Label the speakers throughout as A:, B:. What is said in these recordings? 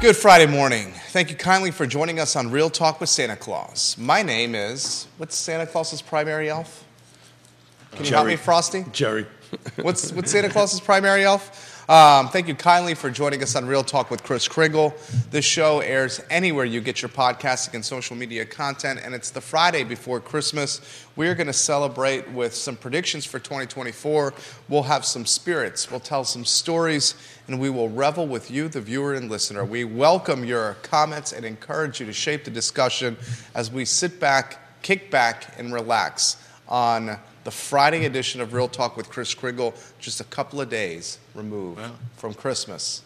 A: Good Friday morning. Thank you kindly for joining us on Real Talk with Santa Claus. My name is, what's Santa Claus's primary elf? Can you help
B: Jerry.
A: me, Frosty?
B: Jerry.
A: What's, what's Santa Claus's primary elf? Um, thank you kindly for joining us on Real Talk with Chris Kringle. This show airs anywhere you get your podcasting and social media content, and it's the Friday before Christmas. We're going to celebrate with some predictions for 2024. We'll have some spirits, we'll tell some stories, and we will revel with you, the viewer and listener. We welcome your comments and encourage you to shape the discussion as we sit back, kick back, and relax on the Friday edition of Real Talk with Chris Kringle, just a couple of days removed from Christmas.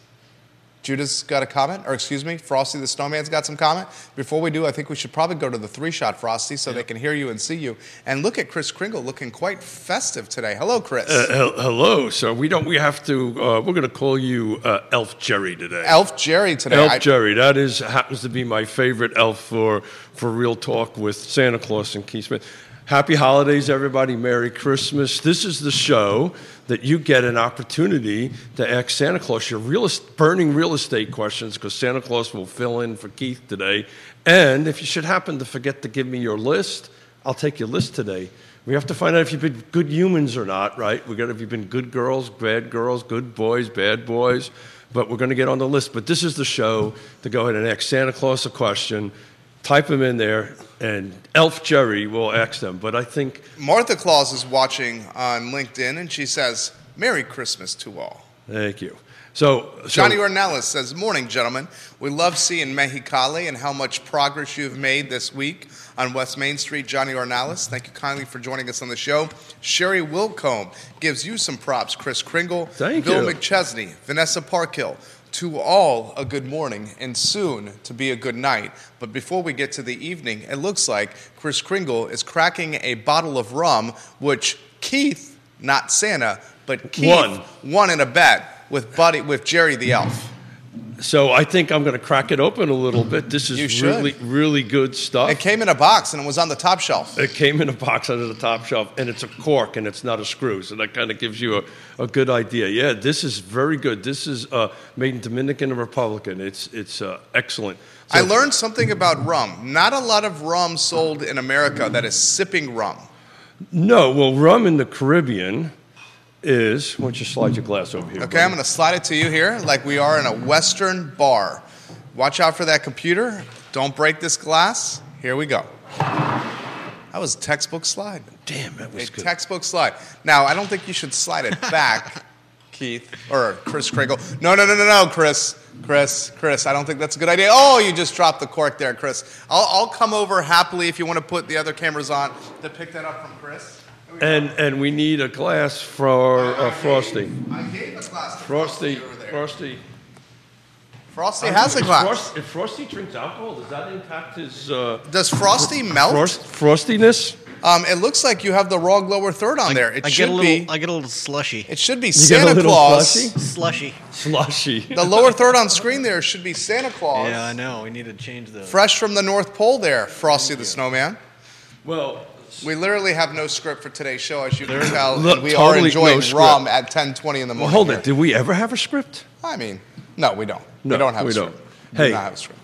A: Judah's got a comment, or excuse me, Frosty the Snowman's got some comment. Before we do, I think we should probably go to the three shot, Frosty, so they can hear you and see you. And look at Chris Kringle looking quite festive today. Hello, Chris.
B: Uh, Hel- Hello. So we don't. We have to. Uh, we're going to call you uh, Elf Jerry today.
A: Elf Jerry today.
B: Elf
A: I-
B: Jerry. That is happens to be my favorite elf for for real talk with Santa Claus and Keith Smith. Happy holidays, everybody. Merry Christmas. This is the show that you get an opportunity to ask Santa Claus your real es- burning real estate questions because Santa Claus will fill in for Keith today. And if you should happen to forget to give me your list, I'll take your list today. We have to find out if you've been good humans or not, right? We got if you've been good girls, bad girls, good boys, bad boys. But we're going to get on the list. But this is the show to go ahead and ask Santa Claus a question, type him in there, and Elf Jerry will ask them. But I think
A: Martha Claus is watching on LinkedIn, and she says, Merry Christmas to all.
B: thank you. So, so
A: Johnny Ornelas says, Morning, gentlemen. We love seeing Mexicali and how much progress you've made this week on West Main Street. Johnny Ornelas, thank you kindly for joining us on the show. Sherry Wilcombe gives you some props. Chris Kringle,
B: Thank
A: Bill
B: you.
A: McChesney, Vanessa Parkhill. To all, a good morning, and soon to be a good night. But before we get to the evening, it looks like Chris Kringle is cracking a bottle of rum, which Keith, not Santa, but Keith
B: Won.
A: won in a bet with Buddy with Jerry the Elf.
B: so I think I'm going to crack it open a little bit. This
A: You
B: is
A: should.
B: really, really good stuff.
A: It came in a box and it was on the top shelf.
B: It came in a box under the top shelf, and it's a cork, and it's not a screw. So that kind of gives you a, a good idea. Yeah, this is very good. This is uh, made in Dominican Republic, and it's it's uh, excellent.
A: I
B: So-
A: learned something about rum. Not a lot of rum sold in America that is sipping rum.
B: No, well, rum in the Caribbean is. Why don't you slide your glass over here?
A: Okay, I'm going to slide it to you here like we are in a Western bar. Watch out for that computer. Don't break this glass. Here we go. That was a textbook slide.
B: Damn, that
A: A
B: was good.
A: textbook slide. Now, I don't think you should slide it back, Keith, or Chris Kringle. No, no, no, no, no, Chris. Chris, Chris, I don't think that's a good idea. Oh, you just dropped the cork there, Chris. I'll, I'll come over happily if you want to put the other cameras on to pick that up from Chris. There we go.
B: and and we need a glass for uh, Frosty.
A: I gave a glass to
B: Frosty,
A: over there.
B: Frosty.
A: Frosty has a glass.
B: Um, Frost- if Frosty drinks alcohol, does that impact his uh,
A: Does Frosty melt?
B: frost- frostiness?
A: Um, it looks like you have the wrong lower third on there. It
C: I
A: should
C: get a little, uh,
A: be.
C: I get a little slushy.
A: it should be
B: get a
A: Santa
B: little
A: Claus.
B: flushy?
C: slushy.
B: Slushy.
A: The lower third on screen there should be Santa Claus.
C: Yeah, I know. We need to change the.
A: Fresh from the North Pole there, Frosty the Snowman.
B: Well,
A: We literally have no script for today's show, as you can tell.
B: Look,
A: and we are
B: totally
A: enjoying
B: no script.
A: rum at 10.20 in the morning.
B: hold
A: here.
B: it. Did we ever have a script?
A: I mean, no, we don't.
B: No,
A: we don't have
B: we
A: a script.
B: don't.
A: We
B: Hey.
A: do not have a script.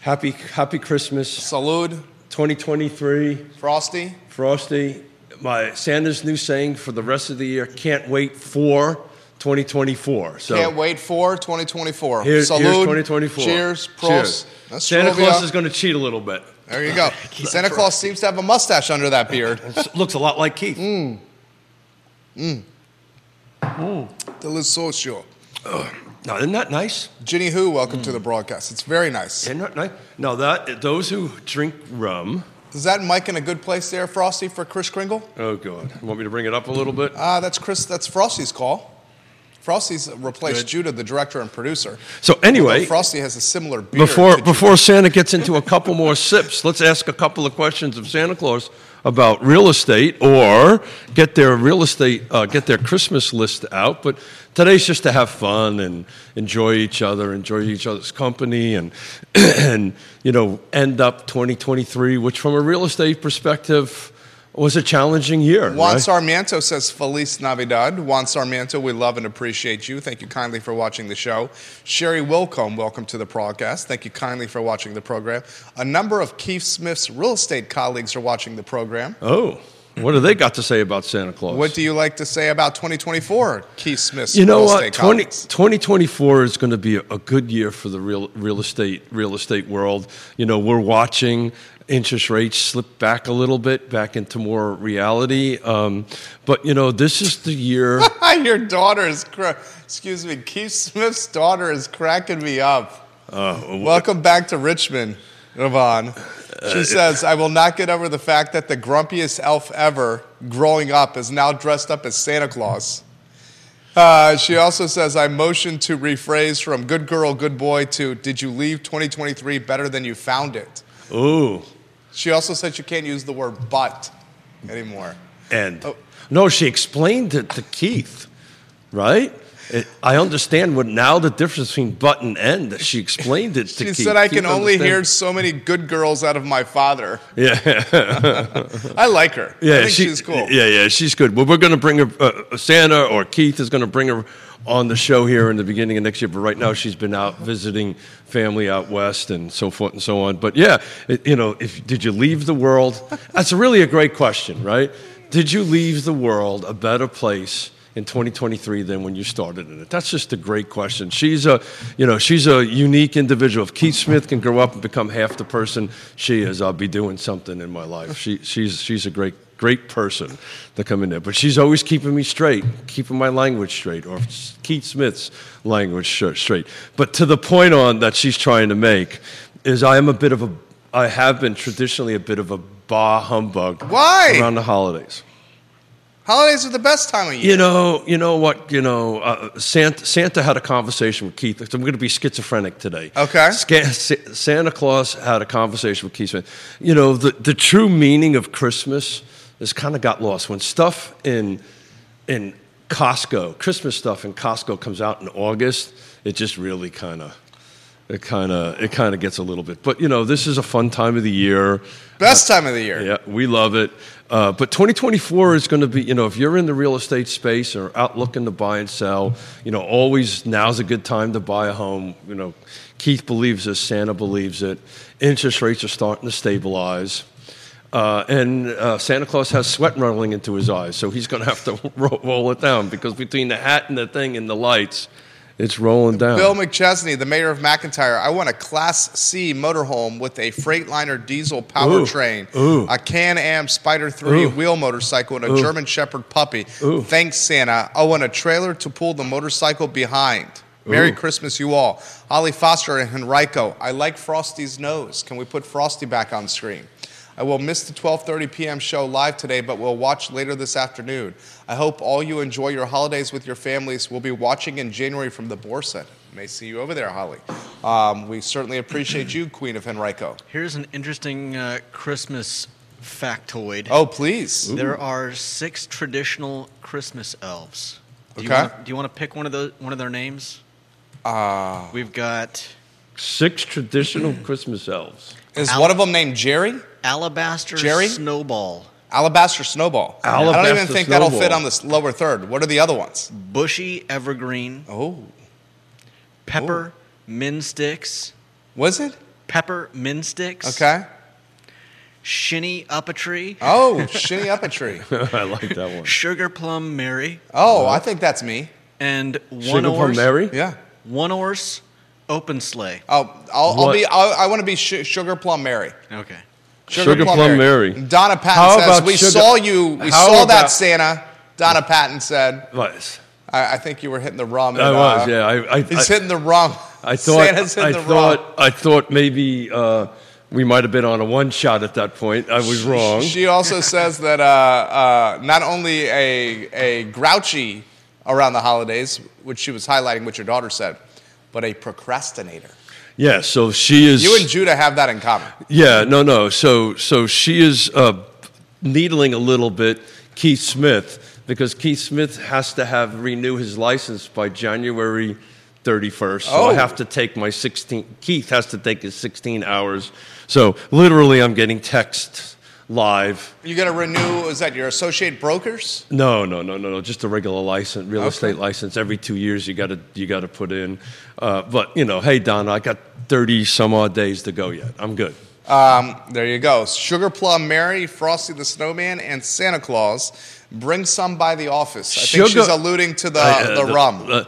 B: Happy Happy Christmas,
A: Salud,
B: 2023,
A: Frosty.
B: Frosty. My Santa's new saying for the rest of the year: can't wait for 2024. So
A: Can't wait for 2024.
B: Here, here's
A: Salud.
B: 2024.
A: Cheers. Prost.
B: Cheers. Santa
A: Nostrovia.
B: Claus is going to cheat a little bit.
A: There you go. Santa Claus seems to have a mustache under that beard.
B: It looks a lot like Keith.
A: Mm. Delicioso.
B: Now, isn't that nice?
A: Ginny Who, welcome to the broadcast. It's very nice.
B: Isn't that nice? Now that those who drink rum.
A: Is that Mike in a good place there, Frosty, for Chris Kringle?
B: Oh God! You want me to bring it up a little bit?
A: Uh, that's Chris. That's Frosty's call. Frosty's replaced Judah, the director and producer.
B: So anyway,
A: But Frosty has a similar beard.
B: Before
A: to
B: before Santa gets into a couple more sips, let's ask a couple of questions of Santa Claus about real estate or get their real estate uh, get their Christmas list out. But today's just to have fun and enjoy each other, enjoy each other's company, and and you know end up 2023, which from a real estate perspective. was a challenging year.
A: Juan
B: right?
A: Sarmiento says Feliz Navidad. Juan Sarmiento, we love and appreciate you. Thank you kindly for watching the show. Sherry Wilcombe, welcome to the broadcast. Thank you kindly for watching the program. A number of Keith Smith's real estate colleagues are watching the program.
B: Oh, what do they got to say about Santa Claus?
A: What do you like to say about 2024, Keith Smith's
B: you know
A: real
B: what?
A: estate
B: 20,
A: colleagues?
B: 2024 is going to be a, a good year for the real real estate real estate world. You know, we're watching interest rates slip back a little bit, back into more reality. Um, but you know, this is the year.
A: Your daughter is, cra- excuse me, Keith Smith's daughter is cracking me up. Welcome back to Richmond, Yvonne.
B: Uh,
A: She says, I will not get over the fact that the grumpiest elf ever growing up is now dressed up as Santa Claus. Uh, she also says, I motion to rephrase from good girl, good boy to did you leave 2023 better than you found it?
B: Ooh,
A: She also said she can't use the word but anymore.
B: and
A: Oh.
B: no, she explained it to Keith, right? It, I understand what now the difference between but and end. She explained it
A: She
B: to Keith.
A: said, I
B: Keith
A: can only hear
B: understands.
A: so many good girls out of my father.
B: Yeah.
A: I like her. I think
B: she-
A: she's cool.
B: Yeah, yeah, she's good. Well, we're going to bring her, uh, Santa or Keith is going to bring her on the show here in the beginning of next year. But right now, she's been out visiting family out west and so forth and so on. But yeah, it, you know, if did you leave the world? That's really a great question, right? Did you leave the world a better place? in 2023 than when you started in it? That's just a great question. She's a, you know, she's a unique individual. If Keith Smith can grow up and become half the person she is, I'll be doing something in my life. She, she's, she's a great, great person to come in there. But she's always keeping me straight, keeping my language straight, or Keith Smith's language sh- straight. But to the point on that she's trying to make is I am a bit of a, I have been traditionally a bit of a bah humbug
A: Why?
B: around the holidays.
A: Holidays are the best time of year.
B: You know, you know what? You know, uh, Santa, Santa had a conversation with Keith. I'm going to be schizophrenic today.
A: Okay.
B: Sca- Sa- Santa Claus had a conversation with Keith Smith. You know, the, the true meaning of Christmas has kind of got lost when stuff in in Costco, Christmas stuff in Costco comes out in August. It just really kind of. It kind of it kind of gets a little bit, but you know this is a fun time of the year.
A: Best time of the year.
B: Yeah, we love it. Uh, but 2024 is going to be, you know, if you're in the real estate space or out looking to buy and sell, you know, always now's a good time to buy a home. You know, Keith believes this, Santa believes it. Interest rates are starting to stabilize. Uh, and uh, Santa Claus has sweat running into his eyes, so he's going to have to ro- roll it down because between the hat and the thing and the lights, it's rolling down.
A: Bill McChesney, the mayor of McIntyre, I want a Class C motorhome with a Freightliner diesel powertrain,
B: Ooh.
A: a Can Am Spider 3
B: Ooh.
A: wheel motorcycle, and a German Shepherd puppy.
B: Ooh.
A: Thanks, Santa. I want a trailer to pull the motorcycle behind. Merry
B: Ooh.
A: Christmas, you all. Holly Foster and Henrico, I like Frosty's nose. Can we put Frosty back on screen? I will miss the 12:30 p.m. show live today, but will watch later this afternoon. I hope all you enjoy your holidays with your families. We'll be watching in January from the Borsa. May see you over there, Holly. Um, we certainly appreciate you, Queen of Henrico.
C: Here's an interesting uh, Christmas factoid.
A: Oh, please.
C: There are six traditional Christmas elves. Do you
A: Okay.
C: wanna- do you want to pick one of those? One of their names?
A: Ah.
C: Uh, We've got
B: Six traditional Christmas elves.
A: Is one of them named Jerry?
C: Alabaster
A: Jerry?
C: Snowball,
A: Alabaster Snowball. I don't even
B: Alabaster
A: think that'll fit
B: Snowball.
A: on this lower third. What are the other ones?
C: Bushy Evergreen,
A: Oh,
C: Pepper Min Sticks,
A: was it?
C: Pepper Min Sticks,
A: Okay.
C: Shinny Up a Tree,
A: Oh, shinny up a tree.
B: I like that one.
C: Sugar Plum Mary,
A: Oh, I think that's me.
C: and One
B: Sugar Plum
C: Horse.
B: Mary?
A: Yeah.
C: One Horse Open Sleigh.
A: Oh, I'll, I'll
B: What?
A: be. I'll, I want to be Su- Sugar Plum Mary.
C: Okay.
B: Sugar Plum Mary.
A: Donna Patton
B: How
A: says
B: about
A: we
B: Sugar-
A: saw you. We
B: How
A: saw that
B: about-
A: Santa. Donna Patton said.
B: Nice.
A: I, I think you were hitting the rum.
B: I
A: and,
B: was,
A: uh,
B: yeah. I, I,
A: He's
B: I,
A: hitting the rum.
B: I thought,
A: Santa's hitting
B: I,
A: the rum.
B: thought I thought maybe uh, we might have been on a one shot at that point. I was wrong.
A: She also says that uh, uh, not only a a grouchy around the holidays, which she was highlighting what your daughter said, but a procrastinator.
B: yeah, so she is.
A: You and Judah have that in common.
B: yeah, no, no. So so she is uh, needling a little bit Keith Smith because Keith Smith has to have renew his license by January. 31st. So
A: Oh.
B: I have to take my 16 Keith has to take his 16 hours. So literally I'm getting texts live.
A: You got to renew, is that your associate brokers?
B: No, no, no, no, no. Just a regular license, real
A: Okay.
B: estate license. Every two years, you got to you got to put in. Uh, but you know, hey Donna, I got thirty some odd days to go yet. I'm good.
A: Um, there you go. Sugar Plum Mary, Frosty the Snowman, and Santa Claus. Bring some by the office. I think
B: Sugar-
A: she's alluding to the,
B: I, uh,
A: the, rum.
B: uh,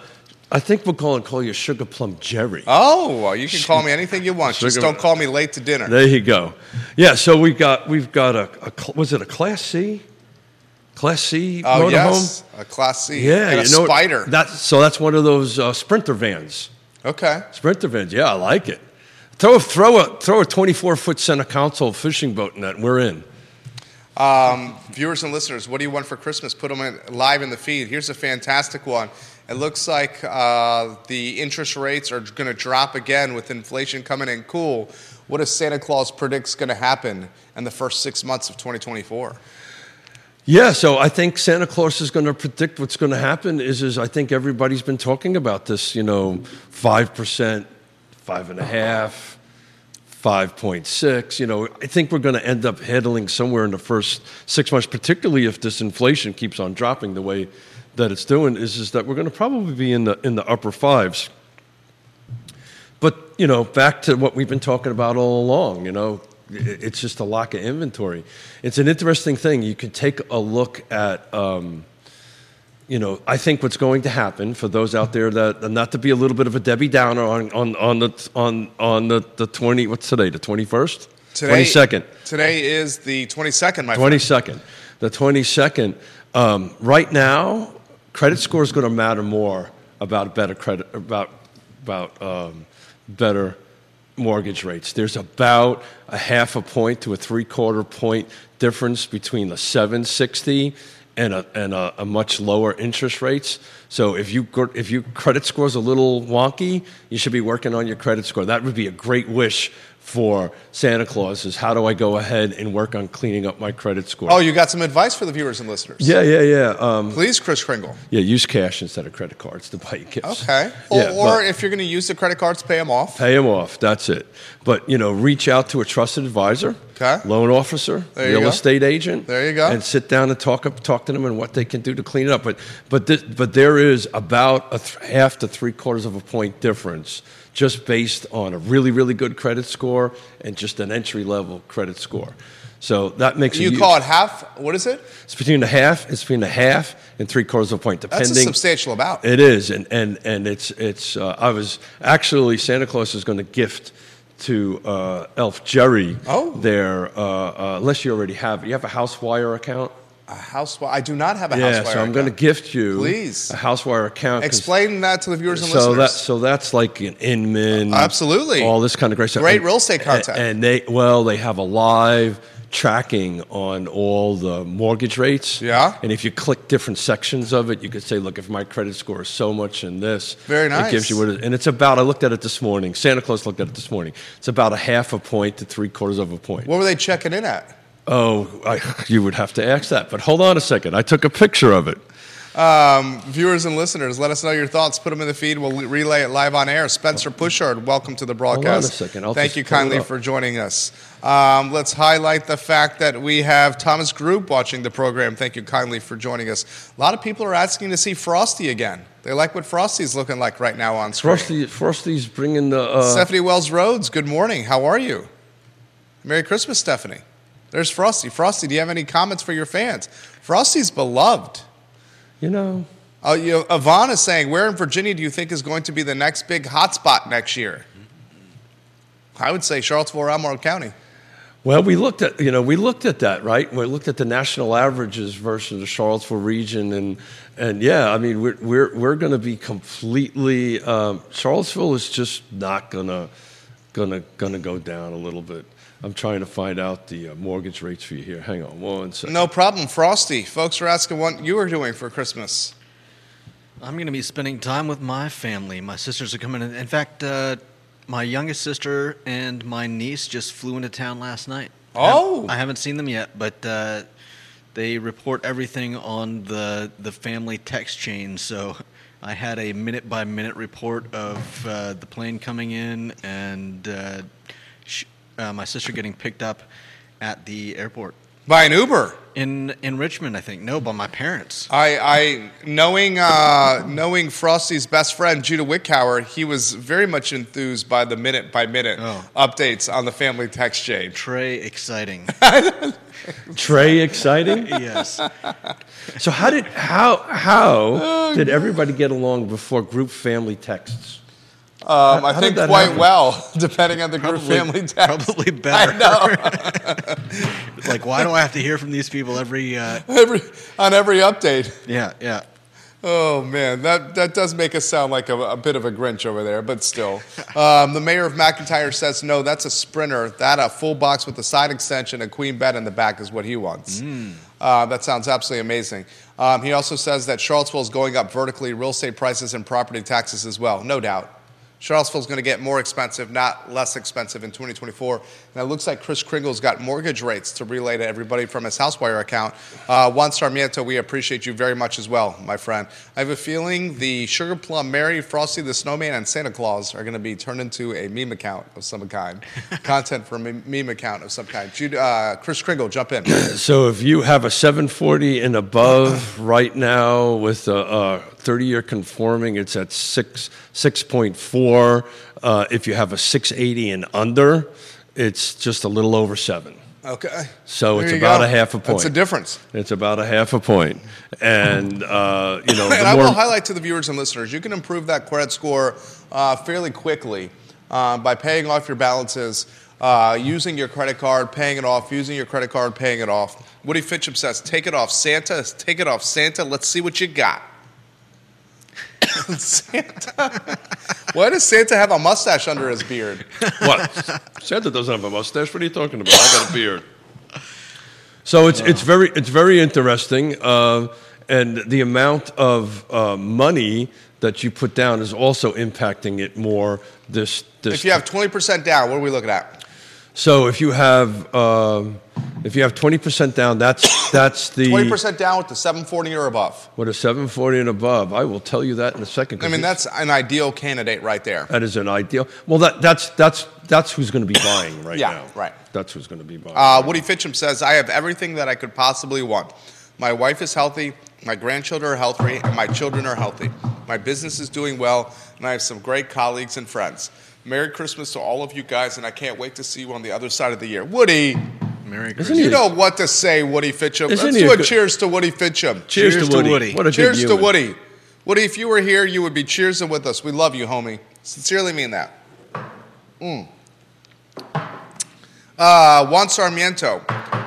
B: I think we're calling call you Sugar Plum Jerry. Uh,
A: oh, well, you can call me anything you want. Just
B: Sugar-
A: don't call me late to dinner.
B: There you go. Yeah, so we've got we've got a, a cl- was it a Class C, Class C
A: Oh,
B: motorhome?
A: yes. A Class C.
B: Yeah,
A: And a
B: you know,
A: spider.
B: That's so that's one of those uh, Sprinter vans.
A: okay.
B: Sprinter vans. Yeah, I like it. Throw a throw a throw a twenty four foot center console fishing boat in that. And we're in.
A: viewers and listeners, what do you want for Christmas? Put them in, live in the feed. Here's a fantastic one. It looks like uh, the interest rates are going to drop again with inflation coming in cool. What does Santa Claus predicts going to happen in the first six months of 2024?
B: Yeah, so I think Santa Claus is going to predict what's going to happen. Is is I think everybody's been talking about this. You know, five percent, five and a half, five point six. You know, I think we're going to end up heading somewhere in the first six months, particularly if this inflation keeps on dropping the way that it's doing. Is is that we're going to probably be in the in the upper fives. But you know, back to what we've been talking about all along. You know, i- it's just a lack of inventory. It's an interesting thing. You could take a look at. Um, you know, I think what's going to happen for those out there that not to be a little bit of a Debbie Downer on on on the on on the the twenty what's today the twenty first twenty second
A: Today is the 22nd, my friend.
B: twenty second the twenty second um, right now credit score is going to matter more about a better credit about about um, better mortgage rates. There's about a half a point to a three quarter point difference between a seven sixty and a and a, a much lower interest rates. So if you go- if your credit score is a little wonky, you should be working on your credit score. That would be a great wish for Santa Claus is how do I go ahead and work on cleaning up my credit score?
A: Oh, you got some advice for the viewers and listeners?
B: yeah, yeah, yeah. Um,
A: Please, Chris Kringle.
B: yeah, use cash instead of credit cards to buy your gifts.
A: Okay. Or,
B: Yeah,
A: or
B: but-
A: if you're going to use the credit cards, pay them off.
B: Pay them off. That's it. But you know, reach out to a trusted advisor,
A: Okay.
B: loan officer,
A: There you
B: real
A: go.
B: estate agent.
A: There you go.
B: And sit down and talk up, talk to them and what they can do to clean it up. But but this, but there is about a th- half to three quarters of a point difference just based on a really really good credit score and just an entry level credit score. So that makes a
A: You
B: huge-
A: call it half. What is it?
B: it's between a half, it's between a half and three quarters of a point,
A: That's
B: depending.
A: a substantial amount.
B: It is, and and and it's it's. Uh, I was actually Santa Claus is going to gift to uh, Elf Jerry.
A: Oh.
B: their uh, uh, unless you already have you have a Housewire account.
A: A house. I do not have a
B: yeah,
A: house.
B: so I'm going to gift you
A: Please.
B: a Housewire account. 'cause-
A: Explain that to the viewers and
B: So
A: listeners.
B: that so that's like an Inman.
A: Absolutely.
B: all this kind of great stuff.
A: Great
B: And-
A: real estate content.
B: And they well they have a live tracking on all the mortgage rates.
A: Yeah.
B: And if you click different sections of it, you could say, look, if my credit score is so much and this,
A: Very
B: It gives
A: nice.
B: you what it, and it's about. I looked at it this morning. Santa Claus looked at it this morning. It's about a half a point to three quarters of a point.
A: what were they checking in at?
B: Oh, I, you would have to ask that. But hold on a second. I took a picture of it.
A: Um, viewers and listeners, let us know your thoughts. Put them in the feed. We'll le- relay it live on air. Spencer Pushard, welcome to the broadcast.
B: second. I'll
A: Thank
B: just
A: you
B: pull it
A: kindly
B: up.
A: for joining us. Um, let's highlight the fact that we have Thomas Group watching the program. Thank you kindly for joining us. A lot of people are asking to see Frosty again. They like what Frosty's looking like right now on screen.
B: Frosty, Frosty's bringing the. Uh,
A: Stephanie Wells Rhodes, good morning. How are you? Merry Christmas, Stephanie. There's Frosty. Frosty, do you have any comments for your fans? Frosty's beloved.
B: you know.
A: Uh, you, Yvonne is saying, where in Virginia do you think is going to be the next big hotspot next year? I would say Charlottesville or Albemarle County.
B: Well, we looked at you know we looked at that right. We looked at the national averages versus the Charlottesville region, and and yeah, I mean we're we're we're going to be completely um, Charlottesville is just not gonna gonna gonna go down a little bit. I'm trying to find out the uh, mortgage rates for you here. Hang on one second.
A: No problem, Frosty. Folks are asking what you were doing for Christmas.
C: I'm going to be spending time with my family. My sisters are coming in. In fact, uh, my youngest sister and my niece just flew into town last night.
A: Oh.
C: I haven't seen them yet, but uh, they report everything on the the family text chain. So I had a minute by minute report of uh, the plane coming in and uh, sh- uh, my sister getting picked up at the airport.
A: By an Uber.
C: in in Richmond, I think. No, by my parents.
A: I, I knowing uh, knowing Frosty's best friend Judah Wickhauer, he was very much enthused by the minute by minute
C: Oh.
A: updates on the family text chain.
C: Trey, exciting.
B: Trey, exciting.
C: yes.
B: So how did how how did everybody get along before group family texts?
A: Um, I
B: how did
A: think
B: that
A: quite
B: happen?
A: well, depending on the group
C: Probably-
A: family text.
C: probably better.
A: I know.
C: Like, why do I have to hear from these people every? Uh,
A: every, on every update.
C: yeah, yeah.
A: Oh man, that, that does make us sound like a, a bit of a Grinch over there, but still. Um, the mayor of McIntyre says no, that's a sprinter. That a full box with a side extension, a queen bed in the back is what he wants. Uh, that sounds absolutely amazing. Um, he also says that Charlottesville is going up vertically, real estate prices and property taxes as well, no doubt. Charlottesville's going to get more expensive, not less expensive in 2024. And it looks like Chris Kringle's got mortgage rates to relay to everybody from his Housewire account. Uh, Juan Sarmiento, we appreciate you very much as well, my friend. I have a feeling the Sugar Plum Mary, Frosty the Snowman, and Santa Claus are going to be turned into a meme account of some kind, content for a meme- meme account of some kind. Jude, uh, Chris Kringle, jump in.
B: So if you have a 740 and above right now with a, a 30-year conforming, it's at six 6.4. Uh, if you have a 680 and under, it's just a little over seven.
A: Okay.
B: So it's
A: you
B: about a half a
A: That's
B: point.
A: a difference.
B: It's about a half a point, and uh, you know
A: and
B: the
A: I
B: more.
A: will highlight to the viewers and listeners, you can improve that credit score uh, fairly quickly uh, by paying off your balances, uh, using your credit card, paying it off, using your credit card, paying it off. Woody Fitchum says, "Take it off, Santa. Take it off, Santa. Let's see what you got." Santa. Why does Santa have a mustache under his beard?
B: What? Santa doesn't have a mustache. What are you talking about? I got a beard. So it's it's very it's very interesting, uh, and the amount of uh, money that you put down is also impacting it more. This this
A: If you have 20% down, what are we looking at?
B: so if you have um, if you have twenty percent down, that's that's the
A: 20% down with the 740 or above.
B: what a seven forty and above. I will tell you that in a second. 'cause
A: I mean,
B: it's-
A: that's an ideal candidate right there.
B: That is an ideal. Well, that, that's that's that's who's going to be buying right
A: Yeah,
B: now.
A: right.
B: That's who's going to be buying.
A: Uh, Woody Fitchum says, I have everything that I could possibly want. My wife is healthy, my grandchildren are healthy, and my children are healthy. My business is doing well, and I have some great colleagues and friends. Merry Christmas to all of you guys, and I can't wait to see you on the other side of the year. Woody,
C: Merry
B: Isn't
C: Christmas.
B: he
A: you
B: a-
A: know what to say, Woody Fitchum.
B: Isn't
A: Let's
B: he
A: do
B: a
A: a
B: good-
A: cheers to Woody Fitchum.
B: cheers,
C: cheers
B: to
C: to
B: Woody.
C: Woody.
B: What a good
A: Cheers to
B: human.
A: Woody. Woody, if you were here, you would be cheersing with us. We love you, homie. Sincerely mean that. Mm. Uh, Juan Sarmiento,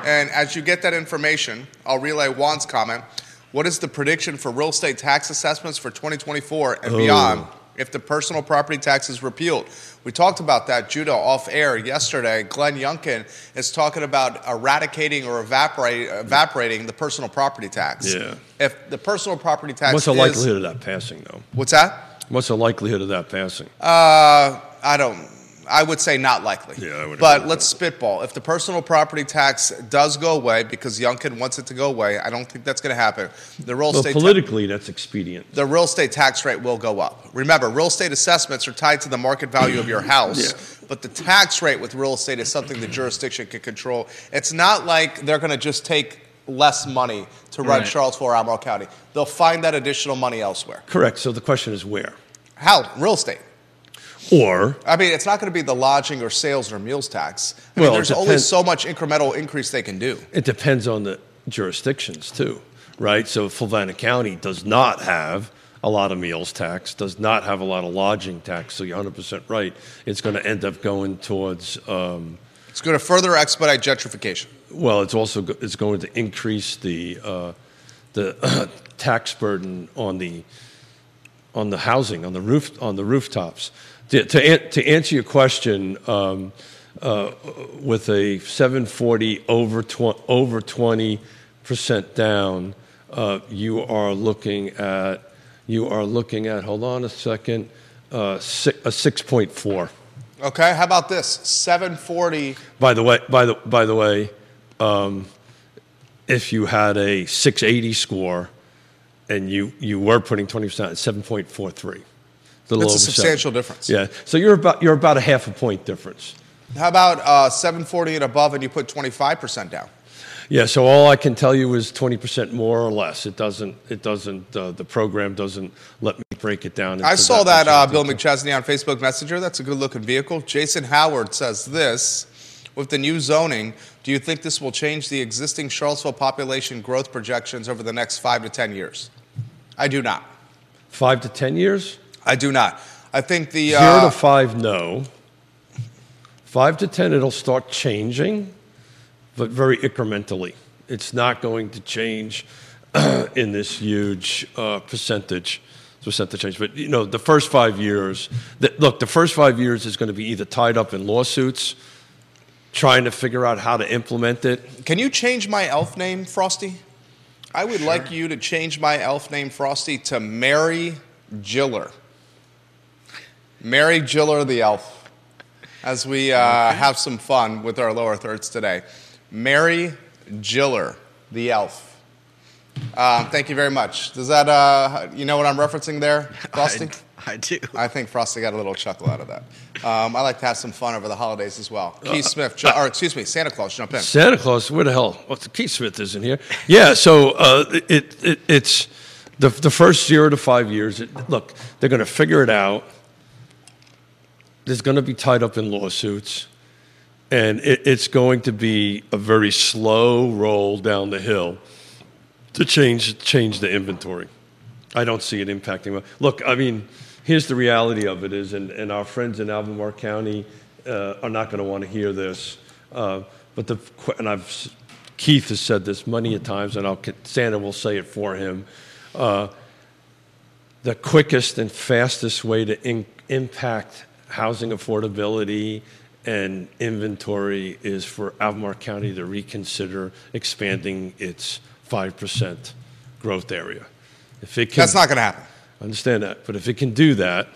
A: and as you get that information, I'll relay Juan's comment. What is the prediction for real estate tax assessments for 2024
B: Oh.
A: and beyond if the personal property tax is repealed? We talked about that, Judah, off air yesterday. Glenn Youngkin is talking about eradicating or evaporate, evaporating the personal property tax.
B: Yeah.
A: If the personal property tax
B: What's the
A: is-
B: likelihood of that passing, though?
A: What's that?
B: What's the likelihood of that passing?
A: Uh, I don't. I would say not likely.
B: Yeah, I would agree
A: but
B: with
A: let's spitball. If the personal property tax does go away because Youngkin wants it to go away, I don't think that's going to happen. The real
B: well,
A: estate ta-
B: politically, that's expedient.
A: the real estate tax rate will go up. Remember, real estate assessments are tied to the market value of your house, but the tax rate with real estate is something the jurisdiction can control. It's not like they're going to just take less money to run
C: Right.
A: Charlottesville or Alamo County. They'll find that additional money elsewhere.
B: Correct. So the question is where,
A: How? Real estate.
B: or
A: I mean, it's not going to be the lodging or sales or meals tax. I mean,
B: Well, it
A: there's only
B: depends-
A: so much incremental increase they can do.
B: it depends on the jurisdictions too, right? So Fulvana County does not have a lot of meals tax, does not have a lot of lodging tax. So you're 100 percent right. It's going to end up going towards. Um,
A: It's going to further expedite gentrification.
B: Well, it's also go- it's going to increase the uh, the tax burden on the on the housing on the roof on the rooftops. To to, an- to answer your question, um, uh, with a 740 over 20, over 20 percent down, uh, you are looking at you are looking at hold on a second uh, si- a 6.4.
A: Okay, how about this? 740.
B: By the way, by the by the way, um, if you had a 680 score and you you were putting 20 percent, 7.43. That's
A: That's a substantial difference.
B: Yeah, so you're about you're about a half a point difference.
A: How about uh, 740 and above, and you put 25% down?
B: Yeah, so all I can tell you is 20% more or less. It doesn't, it doesn't, uh, the program doesn't let me break it down.
A: I
B: into
A: saw that, uh,
B: much
A: Bill
B: detail.
A: McChesney on Facebook Messenger. That's a good looking vehicle. Jason Howard says this with the new zoning, do you think this will change the existing Charlottesville population growth projections over the next five to 10 years? I do not.
B: Five to 10 years?
A: I do not. I think the.
B: Zero
A: Uh,
B: to five, no. Five to 10, it'll start changing, but very incrementally. It's not going to change in this huge uh, percentage percentage change. But you know, the first five years, that look, the first five years is going to be either tied up in lawsuits, trying to figure out how to implement it.
A: can you change my elf name, Frosty? I would like you to change my elf name, Frosty, to Mary Giller. Mary Giller the elf. As we uh, have some fun with our lower thirds today. Mary Giller the elf. Um, thank you very much. Does that, uh, you know what I'm referencing there, Frosty?
C: I, I do.
A: I think Frosty got a little chuckle out of that. Um, I like to have some fun over the holidays as well. Keith Smith, ju- or excuse me, Santa Claus, jump in.
B: Santa Claus, where the hell? Well, Keith Smith isn't here. Yeah, so uh, it, it it's the the first zero to five years. It, look, they're going to figure it out. There's going to be tied up in lawsuits, and it, it's going to be a very slow roll down the hill to change change the inventory. I don't see it impacting. my- Look, I mean, here's the reality of it is, and, and our friends in Albemarle County uh, are not going to want to hear this. Uh, but the que- and I've s- Keith has said this many a times, and I'll Santa will say it for him. Uh, the quickest and fastest way to in, impact housing affordability and inventory is for Albemarle County to reconsider expanding its 5% growth area. If it can,
A: That's not going to happen.
B: I understand that. But if it can do that,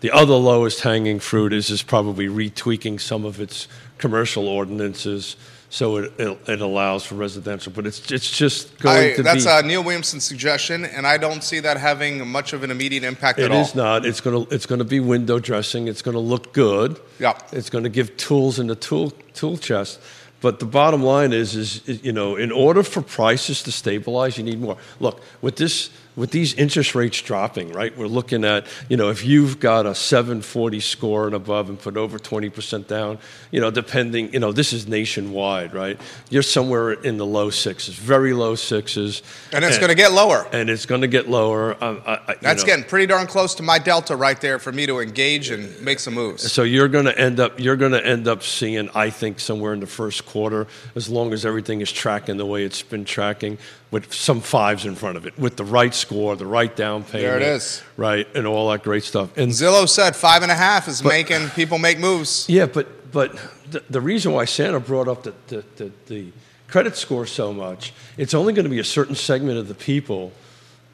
B: the other lowest hanging fruit is is probably retweaking some of its commercial ordinances so it, it, it allows for residential. But it's it's just going
A: I,
B: to
A: that's
B: be.
A: uh, Neil Williamson's suggestion, and I don't see that having much of an immediate impact
B: It
A: at all.
B: is not. It's gonna it's gonna be window dressing. It's gonna look good.
A: Yeah.
B: It's gonna give tools in the tool tool chest. But the bottom line is, is, is, you know, in order for prices to stabilize, you need more. Look, with this, with these interest rates dropping, right? We're looking at, you know, if you've got a 740 score and above and put over 20% down, you know, depending, you know, this is nationwide, right? You're somewhere in the low sixes, very low sixes,
A: And it's going to get lower.
B: and it's going to get lower. I, I, I- you
A: That's
B: know.
A: getting pretty darn close to my delta right there for me to engage and make some moves.
B: So you're going to end up you're going to end up seeing I think somewhere in the first quarter as long as everything is tracking the way it's been tracking with some fives in front of it with the right score the right down
A: There
B: payment
A: it is.
B: right and all that great stuff and
A: Zillow said five and a half is making people make moves.
B: yeah but but the, the reason why Santa brought up the the, the the credit score so much it's only going to be a certain segment of the people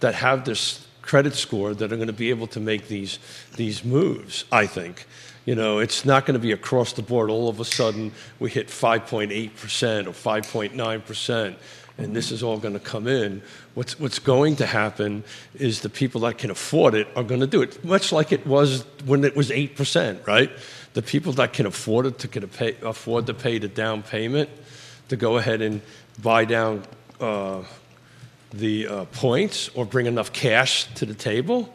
B: that have this credit score that are going to be able to make these these moves. I think, you know, it's not going to be across the board. All of a sudden, we hit 5.8 percent or 5.9 percent, and this is all going to come in. What's what's going to happen is the people that can afford it are going to do it, much like it was when it was eight percent, right? The people that can afford it to get a pay, afford to pay the down payment, to go ahead and buy down. Uh, the uh, points or bring enough cash to the table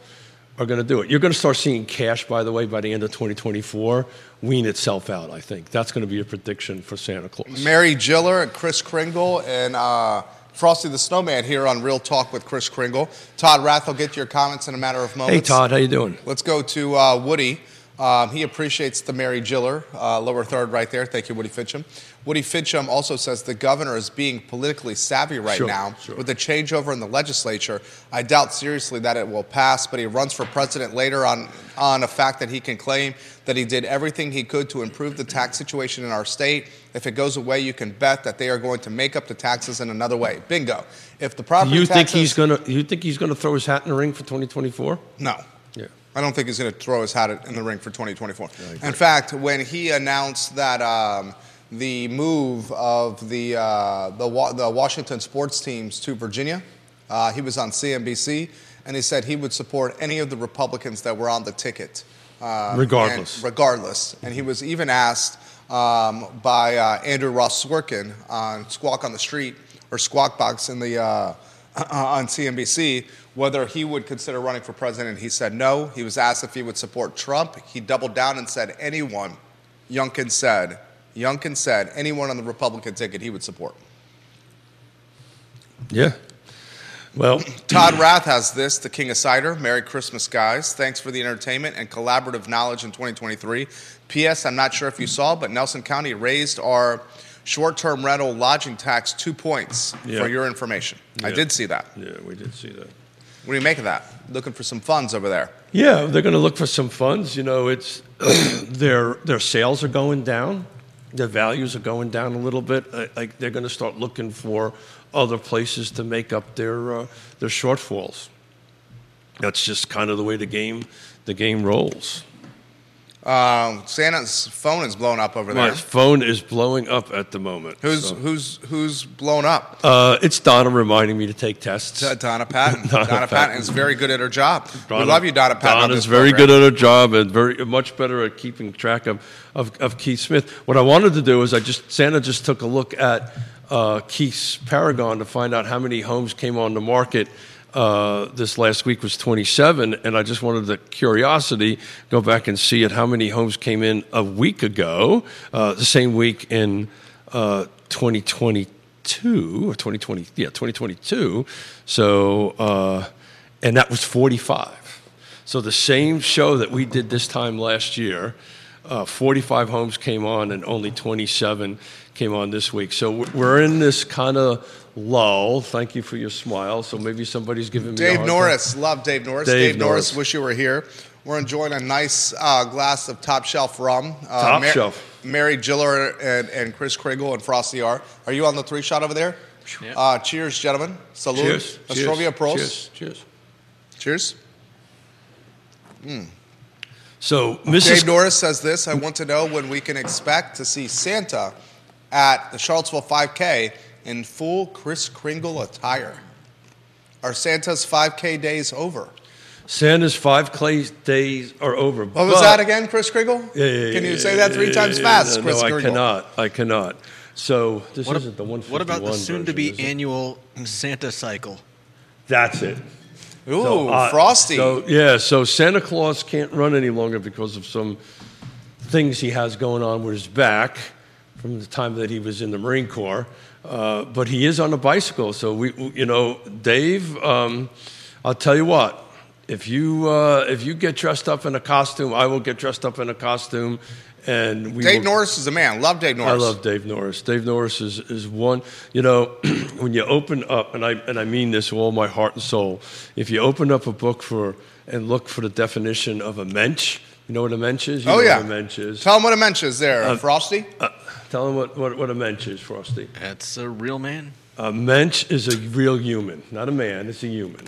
B: are going to do it. You're going to start seeing cash, by the way, by the end of 2024 wean itself out, I think. That's going to be a prediction for Santa Claus.
A: Mary Giller and Chris Kringle and uh, Frosty the Snowman here on Real Talk with Chris Kringle. Todd Rath will get to your comments in a matter of
B: Hey,
A: moments.
B: Todd, how you doing?
A: Let's go to uh, Woody. Um, he appreciates the Mary Giller, uh, lower third right there. Thank you, Woody Fitchum. Woody Fitchum also says the governor is being politically savvy right
B: Sure,
A: now
B: sure.
A: with the changeover in the legislature. I doubt seriously that it will pass, but he runs for president later on on a fact that he can claim that he did everything he could to improve the tax situation in our state. If it goes away, you can bet that they are going to make up the taxes in another way. Bingo. If the property
B: You think
A: taxes,
B: he's going to you think he's going to throw his hat in the ring for 2024?
A: no.
B: Yeah.
A: I don't think he's going to throw his hat in the ring for 2024. in fact, when he announced that um, the move of the, uh, the, Wa- the Washington sports teams to Virginia, uh, he was on CNBC and he said he would support any of the Republicans that were on the ticket. Um,
B: Regardless.
A: and regardless. And he was even asked um, by uh, Andrew Ross Sorkin on Squawk on the Street or Squawk Box in the uh, on CNBC whether he would consider running for president. He said no. He was asked if he would support Trump. He doubled down and said anyone. Youngkin said, Youngkin said anyone on the Republican ticket he would support.
B: Yeah. Well,
A: Todd Rath has this, the King of Cider. Merry Christmas, guys. Thanks for the entertainment and collaborative knowledge in 2023. P.S. I'm not sure if you saw, but Nelson County raised our short term rental lodging tax two points
B: Yeah.
A: for your information. I
B: Yeah.
A: did see that.
B: yeah, we did see that.
A: What do you make of that? Looking for some funds over there.
B: Yeah, they're going to look for some funds. You know, it's their their sales are going down, their values are going down a little bit. Uh, Like they're going to start looking for other places to make up their uh, their shortfalls. That's just kind of the way the game the game rolls.
A: Um, Santa's phone is blown up over
B: My
A: there.
B: phone is blowing up at the moment.
A: Who's
B: so-
A: who's who's blown up?
B: Uh, it's Donna reminding me to take tests.
A: Uh, Donna Patton. Donna, Patton.
B: Donna Patton.
A: is very good at her job.
B: Donna-
A: we love you, Donna Patton. on this
B: Donna's very
A: program.
B: good at her job and very much better at keeping track of, of, of Keith Smith. What I wanted to do is I just Santa just took a look at uh, Keith's Paragon to find out how many homes came on the market. Uh, this last week was 27, and I just wanted the curiosity go back and see at how many homes came in a week ago, uh, the same week in uh, 2022 or 2020, yeah, 2022. So, uh, and that was 45. So the same show that we did this time last year, uh, 45 homes came on and only 27 came on this week. So we're- we're in this kind of lull. Thank you for your smile. So maybe somebody's giving me a
A: Dave
B: hard time.
A: Norris, love Dave Norris. Dave,
B: Dave
A: Norris.
B: Norris.
A: wish you were here. We're enjoying a nice uh, glass of top shelf rum. Uh,
B: Top shelf.
A: Mary Giller and, and Chris Kringle and Frosty R. Are you on the three shot over there?
C: Yeah.
A: Uh, cheers, gentlemen. Salud.
B: Cheers.
A: Astrovia Pros.
B: Cheers. Cheers.
A: Cheers.
B: So Mrs.
A: Dave Norris says this I want to know when we can expect to see Santa at the Charlottesville 5K in full Chris Kringle attire. Are Santa's 5K days over?
B: Santa's five clay days are over.
A: What was that again, Chris Kringle?
B: Yeah, yeah, yeah,
A: Can you
B: yeah,
A: say that three
B: yeah,
A: times
B: yeah,
A: fast,
B: no,
A: Chris
B: No, I
A: Kringle?
B: cannot. I cannot. So this
C: What, ab-
B: isn't the one.
C: what about the soon-to-be annual Santa cycle?
B: That's it.
A: Ooh,
B: So, uh,
A: frosty.
B: So yeah, so Santa Claus can't run any longer because of some things he has going on with his back from the time that he was in the Marine Corps. Uh, but he is on a bicycle, so we, we- you know, Dave. Um, I'll tell you what. If you uh, if you get dressed up in a costume, I will get dressed up in a costume, and we
A: Dave
B: will,
A: Norris is a man. Love Dave
B: I
A: Norris.
B: love Dave Norris. Dave Norris is, is one, you know, when you open up, and I, and I mean this with all my heart and soul, if you open up a book for and look for the definition of a mensch, you know what a mensch is? You
A: oh
B: know
A: yeah.
B: What a mensch is.
A: Tell him what a mensch is there, Frosty.
B: Uh, tell them what, what, what a mensch is, Frosty.
C: That's a real man.
B: A mensch is a real human, not a man, it's a human.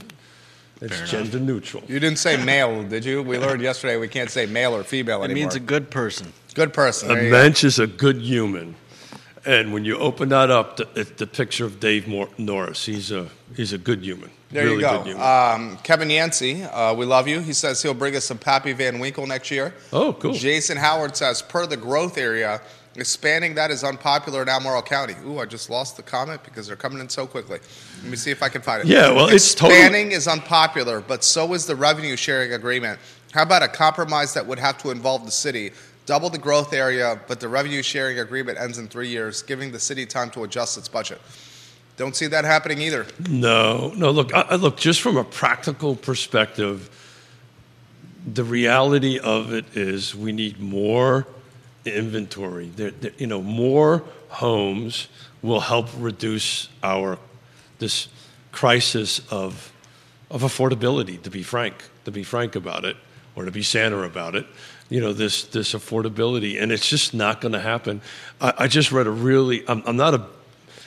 B: It's
C: Fair enough.
B: gender neutral.
A: You didn't say male, did you? We learned yesterday we can't say male or female
C: It
A: anymore.
C: means a good person.
A: good person.
B: A
A: There you go.
B: mensch is a good human. And when you open that up, the, it's the picture of Dave Mor- Norris, he's a, he's a good human.
A: There
B: really
A: you go.
B: Good human.
A: Um, Kevin Yancey, uh, we love you. He says he'll bring us some Pappy Van Winkle next year.
B: Oh, cool.
A: Jason Howard says, per the growth area, expanding that is unpopular in Albemarle County. Ooh, I just lost the comment because they're coming in so quickly. Let me see if I can find it.
B: Yeah, well, it's totally-
A: Expanding is unpopular, but so is the revenue sharing agreement. How about a compromise that would have to involve the city? Double the growth area, but the revenue sharing agreement ends in three years, giving the city time to adjust its budget. Don't see that happening either.
B: No, no. Look, I, I- look. Just from a practical perspective, the reality of it is we need more inventory. There, there, you know, more homes will help reduce our this crisis of of affordability. To be frank, to be frank about it, or to be Santa about it. You know this this affordability, and it's just not going to happen. I, I just read a really. I'm, I'm not a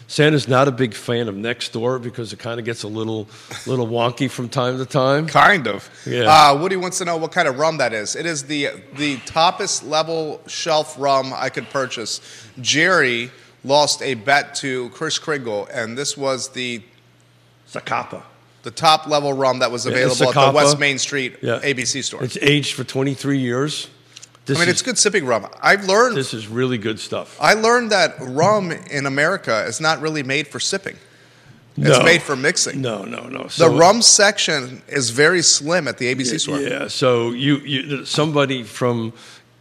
B: Santa's not a big fan of next door because it kind of gets a little little wonky from time to time.
A: Kind of.
B: Yeah.
A: Uh, Woody wants to know what kind of rum that is. It is the the toppest level shelf rum I could purchase. Jerry lost a bet to Chris Kringle, and this was the
B: Zacapa.
A: the top level rum that was
B: Yeah, it's
A: available at the
B: Zacapa.
A: West Main Street
B: Yeah.
A: ABC store.
B: It's aged for 23 years. This
A: I mean,
B: is,
A: it's good sipping rum. I've learned
B: This is really good stuff.
A: I learned that rum in America is not really made for sipping. It's
B: No.
A: made for mixing.
B: No, no, no.
A: The
B: So-
A: rum section is very slim at the ABC store.
B: Yeah. So you, you somebody from,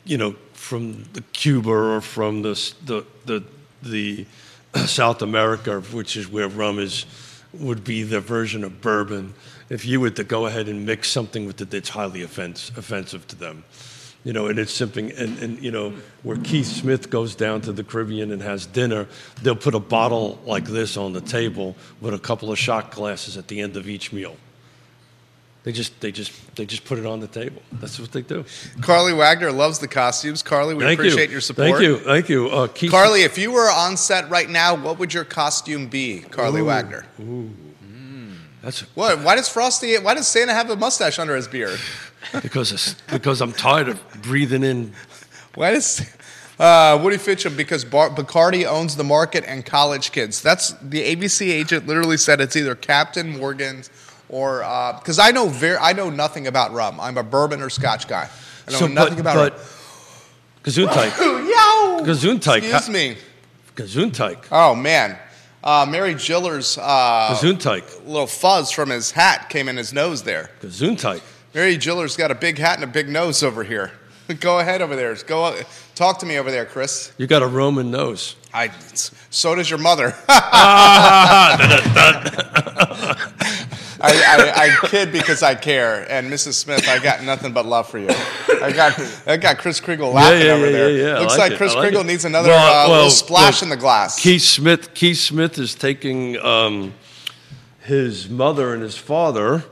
B: you know, from the Cuba or from the s- the the, the South America, which is where rum is, would be the version of bourbon. If you were to go ahead and mix something with it, that's highly offense, offensive to them. You know, and it's something, and, and you know, where Keith Smith goes down to the Caribbean and has dinner, they'll put a bottle like this on the table with a couple of shot glasses at the end of each meal. They just they just they just put it on the table. That's what they do.
A: Carly Wagner loves the costumes. Carly, we
B: Thank
A: appreciate
B: you.
A: your support.
B: Thank you. Thank you. Uh, Keith,
A: Carly, if you were on set right now, what would your costume be, Carly Wagner?
B: That's
A: What? Why does Frosty? Why does Santa have a mustache under his beard?
B: because it's, because I'm tired of breathing in.
A: Why does uh, Woody Fitchum? Because Bar- Bacardi owns the market and college kids. That's the ABC agent literally said it's either Captain Morgan's or because I know very I know nothing about rum. I'm a bourbon or Scotch guy. I know nothing about
B: but,
A: rum.
B: Gesundheit.
A: Yo!
B: Gesundheit.
A: Excuse me.
B: Gesundheit.
A: Oh man, uh, Mary Jiller's uh,
B: Gesundheit.
A: little fuzz from his hat came in his nose there.
B: Gesundheit.
A: Mary Jiller's got a big hat and a big nose over here. Go ahead over there. Go talk to me over there, Chris.
B: You got a Roman nose.
A: I, so does your mother. I, I, I kid because I care. And Mrs. Smith, I got nothing but love for you. I got, I got Chris Kriegel laughing
B: yeah,
A: over
B: yeah,
A: there.
B: yeah, yeah. I
A: Looks
B: like
A: like,
B: it.
A: Chris
B: I like
A: Kriegel
B: it.
A: needs another
B: Well,
A: uh,
B: well,
A: little splash
B: look,
A: in the glass.
B: Keith Smith. Keith Smith is taking um, his mother and his father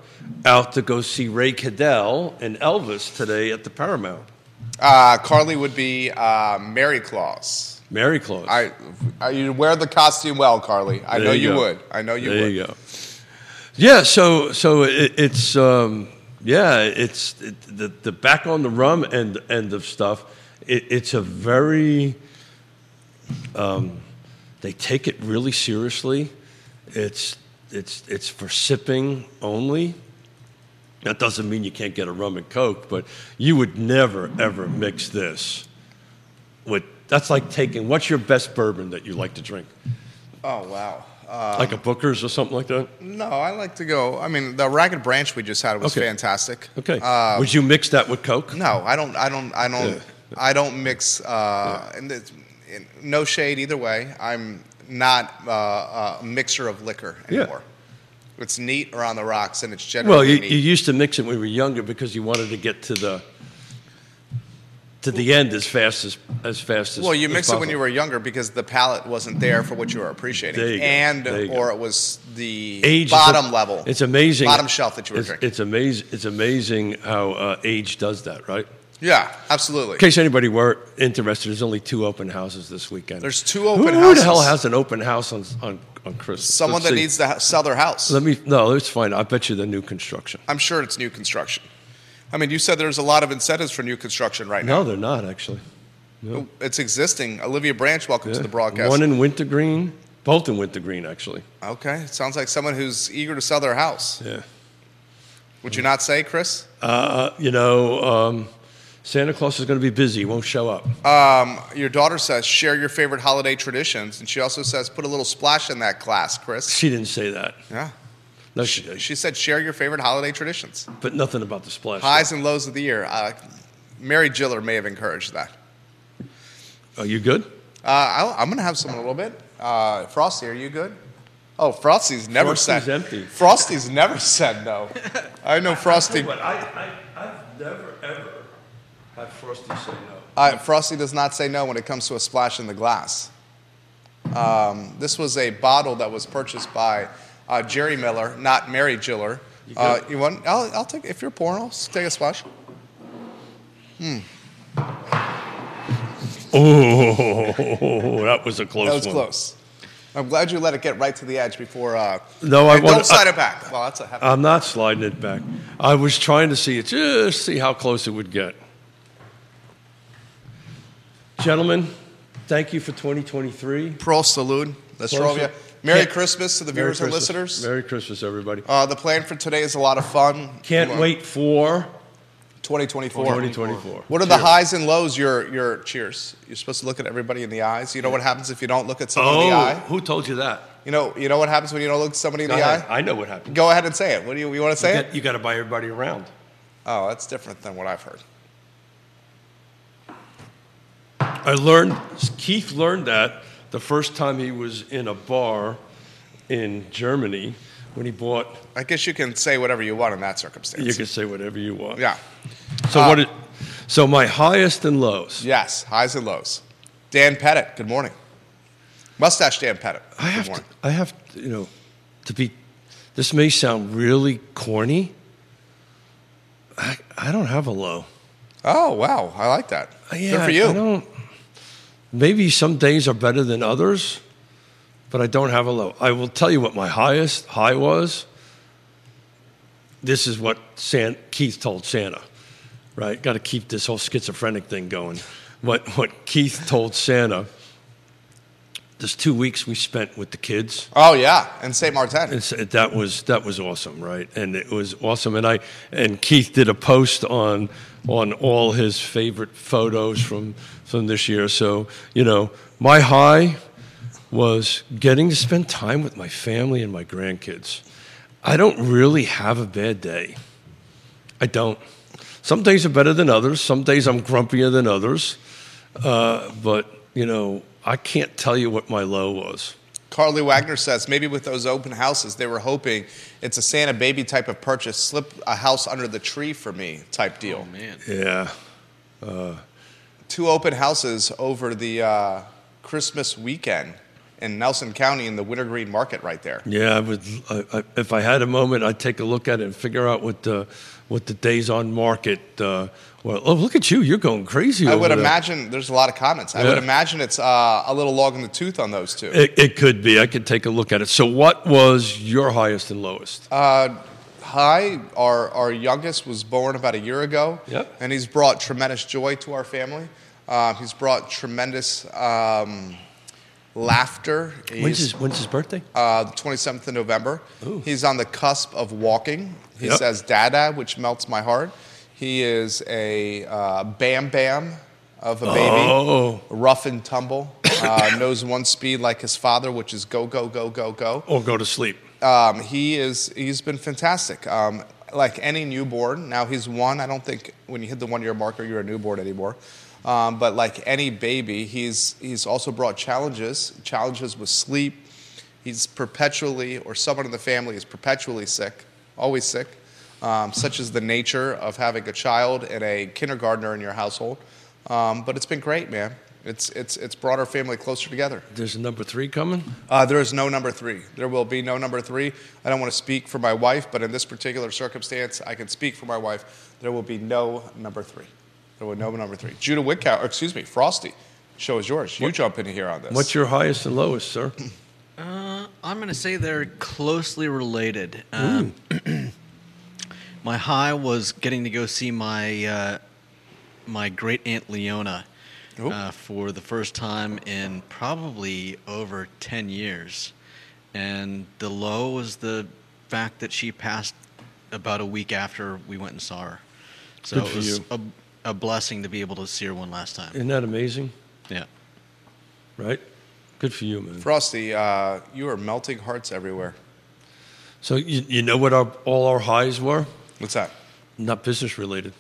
B: out to go see Ray Cadell and Elvis today at the Paramount.
A: Uh, Carly would be uh, Mary Claus.
B: Mary Claus.
A: I, I, you wear the costume well, Carly. I
B: There
A: know you,
B: you go.
A: would. I know you
B: there
A: would.
B: you go. Yeah. So so it, it's um, yeah it's it, the the back on the rum end end of stuff. It, it's a very um, they take it really seriously. It's it's it's for sipping only. That doesn't mean you can't get a rum and coke, but you would never ever mix this with. That's like taking what's your best bourbon that you like to drink,
A: Oh, wow.
B: like a Booker's or something like that.
A: No, I like to go. I mean, the ragged branch we just had was
B: Okay.
A: fantastic.
B: Okay.
A: Uh,
B: Would you mix that with Coke?
A: no, I don't. I don't. I don't.
B: Yeah.
A: I don't mix. Uh, and it's, and no shade either way. I'm not uh, a mixer of liquor
B: Yeah.
A: anymore. It's neat or on the rocks, and it's generally
B: Well, you,
A: neat.
B: you used to mix it when we were younger because you wanted to get to the to the end as fast as as fast as.
A: well, you
B: as
A: mix it when you
B: possible.
A: were younger because the palate wasn't there for what you were appreciating,
B: There you go.
A: and
B: There you go.
A: or it was the
B: Age is a-
A: bottom level.
B: It's amazing.
A: bottom shelf that you were
B: it's,
A: drinking.
B: It's amazing. It's amazing how uh, age does that, right?
A: yeah, absolutely.
B: In case anybody were interested, there's only two open houses this weekend.
A: There's two open
B: Who Who the hell
A: houses.
B: has an open house on on, on Christmas?
A: Someone
B: Let's
A: that
B: see.
A: needs to ha- sell their house.
B: Let me. No, it's fine. I bet you the new construction.
A: I'm sure it's new construction. I mean, you said there's a lot of incentives for new construction right now.
B: No, they're not actually.
A: It's existing. Olivia Branch, welcome to the broadcast.
B: One in Wintergreen, both in Wintergreen, actually.
A: okay, it sounds like someone who's eager to sell their house.
B: Yeah.
A: Would you not say, Chris?
B: Uh, you know, um, Santa Claus is going to be busy. He won't show up.
A: Um, your daughter says share your favorite holiday traditions, and she also says put a little splash in that class, Chris.
B: she didn't say that.
A: Yeah.
B: No, she,
A: She said share your favorite holiday traditions.
B: but nothing about the splash.
A: Highs and lows of the year. Uh, Mary Jiller may have encouraged that.
B: Are you good?
A: Uh, I'll, I'm going to have some in a little bit. Uh, Frosty, are you good? Oh, Frosty's never
B: Frosty's
A: said.
B: empty.
A: Frosty's never said no. I know Frosty.
B: But I, I, I've never ever had Frosty say no.
A: Uh, Frosty does not say no when it comes to a splash in the glass. Um, this was a bottle that was purchased by uh, Jerry Miller, not Mary Jiller. You, uh,
B: good?
A: you want? I'll, I'll take. If you're pouring, I'll s- take a splash.
B: Oh, that was a close
A: That was
B: one.
A: close. I'm glad you let it get right to the edge before. Uh,
B: No, I
A: Hey,
B: wanna-
A: don't slide it back. Well, that's a hefty.
B: I'm not sliding it back. I was trying to see it, just see how close it would get. Gentlemen, thank you for 2023.
A: Pro salute. Let's
B: Pro
A: roll you.
B: salute.
A: Merry
B: Yeah.
A: Christmas to the
B: Merry
A: viewers and
B: Christmas.
A: listeners. Oh.
B: Merry Christmas, everybody.
A: Uh, the plan for today is a lot of fun.
B: Can't
A: Come on.
B: wait for
A: 2024.
B: 2024.
A: What are the highs and lows? Your your cheers. You're supposed to look at everybody in the eyes. You know what happens if you don't look at someone in the
B: Oh,
A: eye.
B: who told you that?
A: You know you know what happens when you don't look somebody in
B: Go
A: the
B: ahead.
A: eye.
B: I know what happened.
A: Go ahead and say it. What do you, you want to say?
B: You
A: it?
B: got- You got to buy everybody around.
A: Oh, that's different than what I've heard.
B: I learned Keith learned that the first time he was in a bar in Germany when he bought.
A: I guess you can say whatever you want in that circumstance.
B: You can say whatever you want.
A: yeah.
B: So what? It, so my highest and lows.
A: Yes. Highs and lows. Dan Pettit. Good morning. Mustache Dan Pettit.
B: I
A: good
B: have to,
A: morning.
B: I have to, you know to be. This may sound really corny. I I don't have a low.
A: Oh wow, I like that.
B: Oh, Uh, Yeah,
A: Good for
B: I
A: you.
B: don't. Maybe some days are better than others, but I don't have a low. I will tell you what my highest high was. This is what San, Keith told Santa, right? Got to keep this whole schizophrenic thing going. What what Keith told Santa. This two weeks we spent with the kids.
A: Oh yeah, and Saint Martin.
B: It's, that was that was awesome, right? And it was awesome. And I and Keith did a post on on all his favorite photos from from this year. So you know, my high was getting to spend time with my family and my grandkids. I don't really have a bad day. I don't. Some days are better than others. Some days I'm grumpier than others. Uh, but you know, I can't tell you what my low was.
A: Carly Wagner says maybe with those open houses, they were hoping it's a Santa baby type of purchase, slip a house under the tree for me
B: Oh,
A: type deal.
C: Oh, Man,
B: Yeah.
A: Two open houses over the uh, Christmas weekend in Nelson County in the Wintergreen Market right there.
B: Yeah, I would. I, I, if I had a moment, I'd take a look at it and figure out what the what the days on market. Uh, well, oh, look at you! You're going crazy.
A: I
B: over
A: would
B: there.
A: imagine there's a lot of comments. I
B: Yeah.
A: would imagine it's uh, a little log in the tooth on those two.
B: it, it could be. I could take a look at it. So, what was your highest and lowest?
A: Uh, hi, our, our youngest was born about a year ago,
B: Yep.
A: and he's brought tremendous joy to our family. Uh, he's brought tremendous um, laughter.
B: when's,
A: He's-
B: his, when's his birthday?
A: uh, the 27th of November. He's on the cusp of walking. He
B: Yep.
A: says Dada, which melts my heart. He is a uh, Bam Bam of a baby.
B: Oh.
A: Rough and tumble. Uh, knows one speed like his father, which is go, go, go, go, go.
B: Or oh, go to sleep.
A: Um, he is, he's been fantastic. Um, like any newborn, now he's one. I don't think when you hit the one year marker, you're a newborn anymore. Um, but like any baby, he's, he's also brought challenges, challenges with sleep, He's perpetually, or someone in the family is perpetually sick, always sick, um, such is the nature of having a child and a kindergartner in your household. Um, but it's been great, man. It's, it's, it's brought our family closer together.
B: There's a number three coming.
A: Uh, there is no number three. There will be no number three. I don't want to speak for my wife, but in this particular circumstance, I can speak for my wife. There will be no number three. There will be no number three. Judah Wickow, or excuse me, Frosty, show is yours. You jump in here on this.
B: What's your highest and lowest, sir?
C: Uh, I'm going to say they're closely related. Um, my high was getting to go see my uh, my great aunt Leona
A: Ooh.
C: uh, for the first time in probably over ten years, and the low was the fact that she passed about a week after we went and saw her. So
B: Good
C: it
B: for
C: was
B: you.
C: a, a blessing to be able to see her one last time.
B: Isn't that amazing?
C: Yeah.
B: Right. Good for you, man.
A: Frosty, uh, you are melting hearts everywhere.
B: So you, you know what our, all our highs were?
A: What's that?
B: Not business related,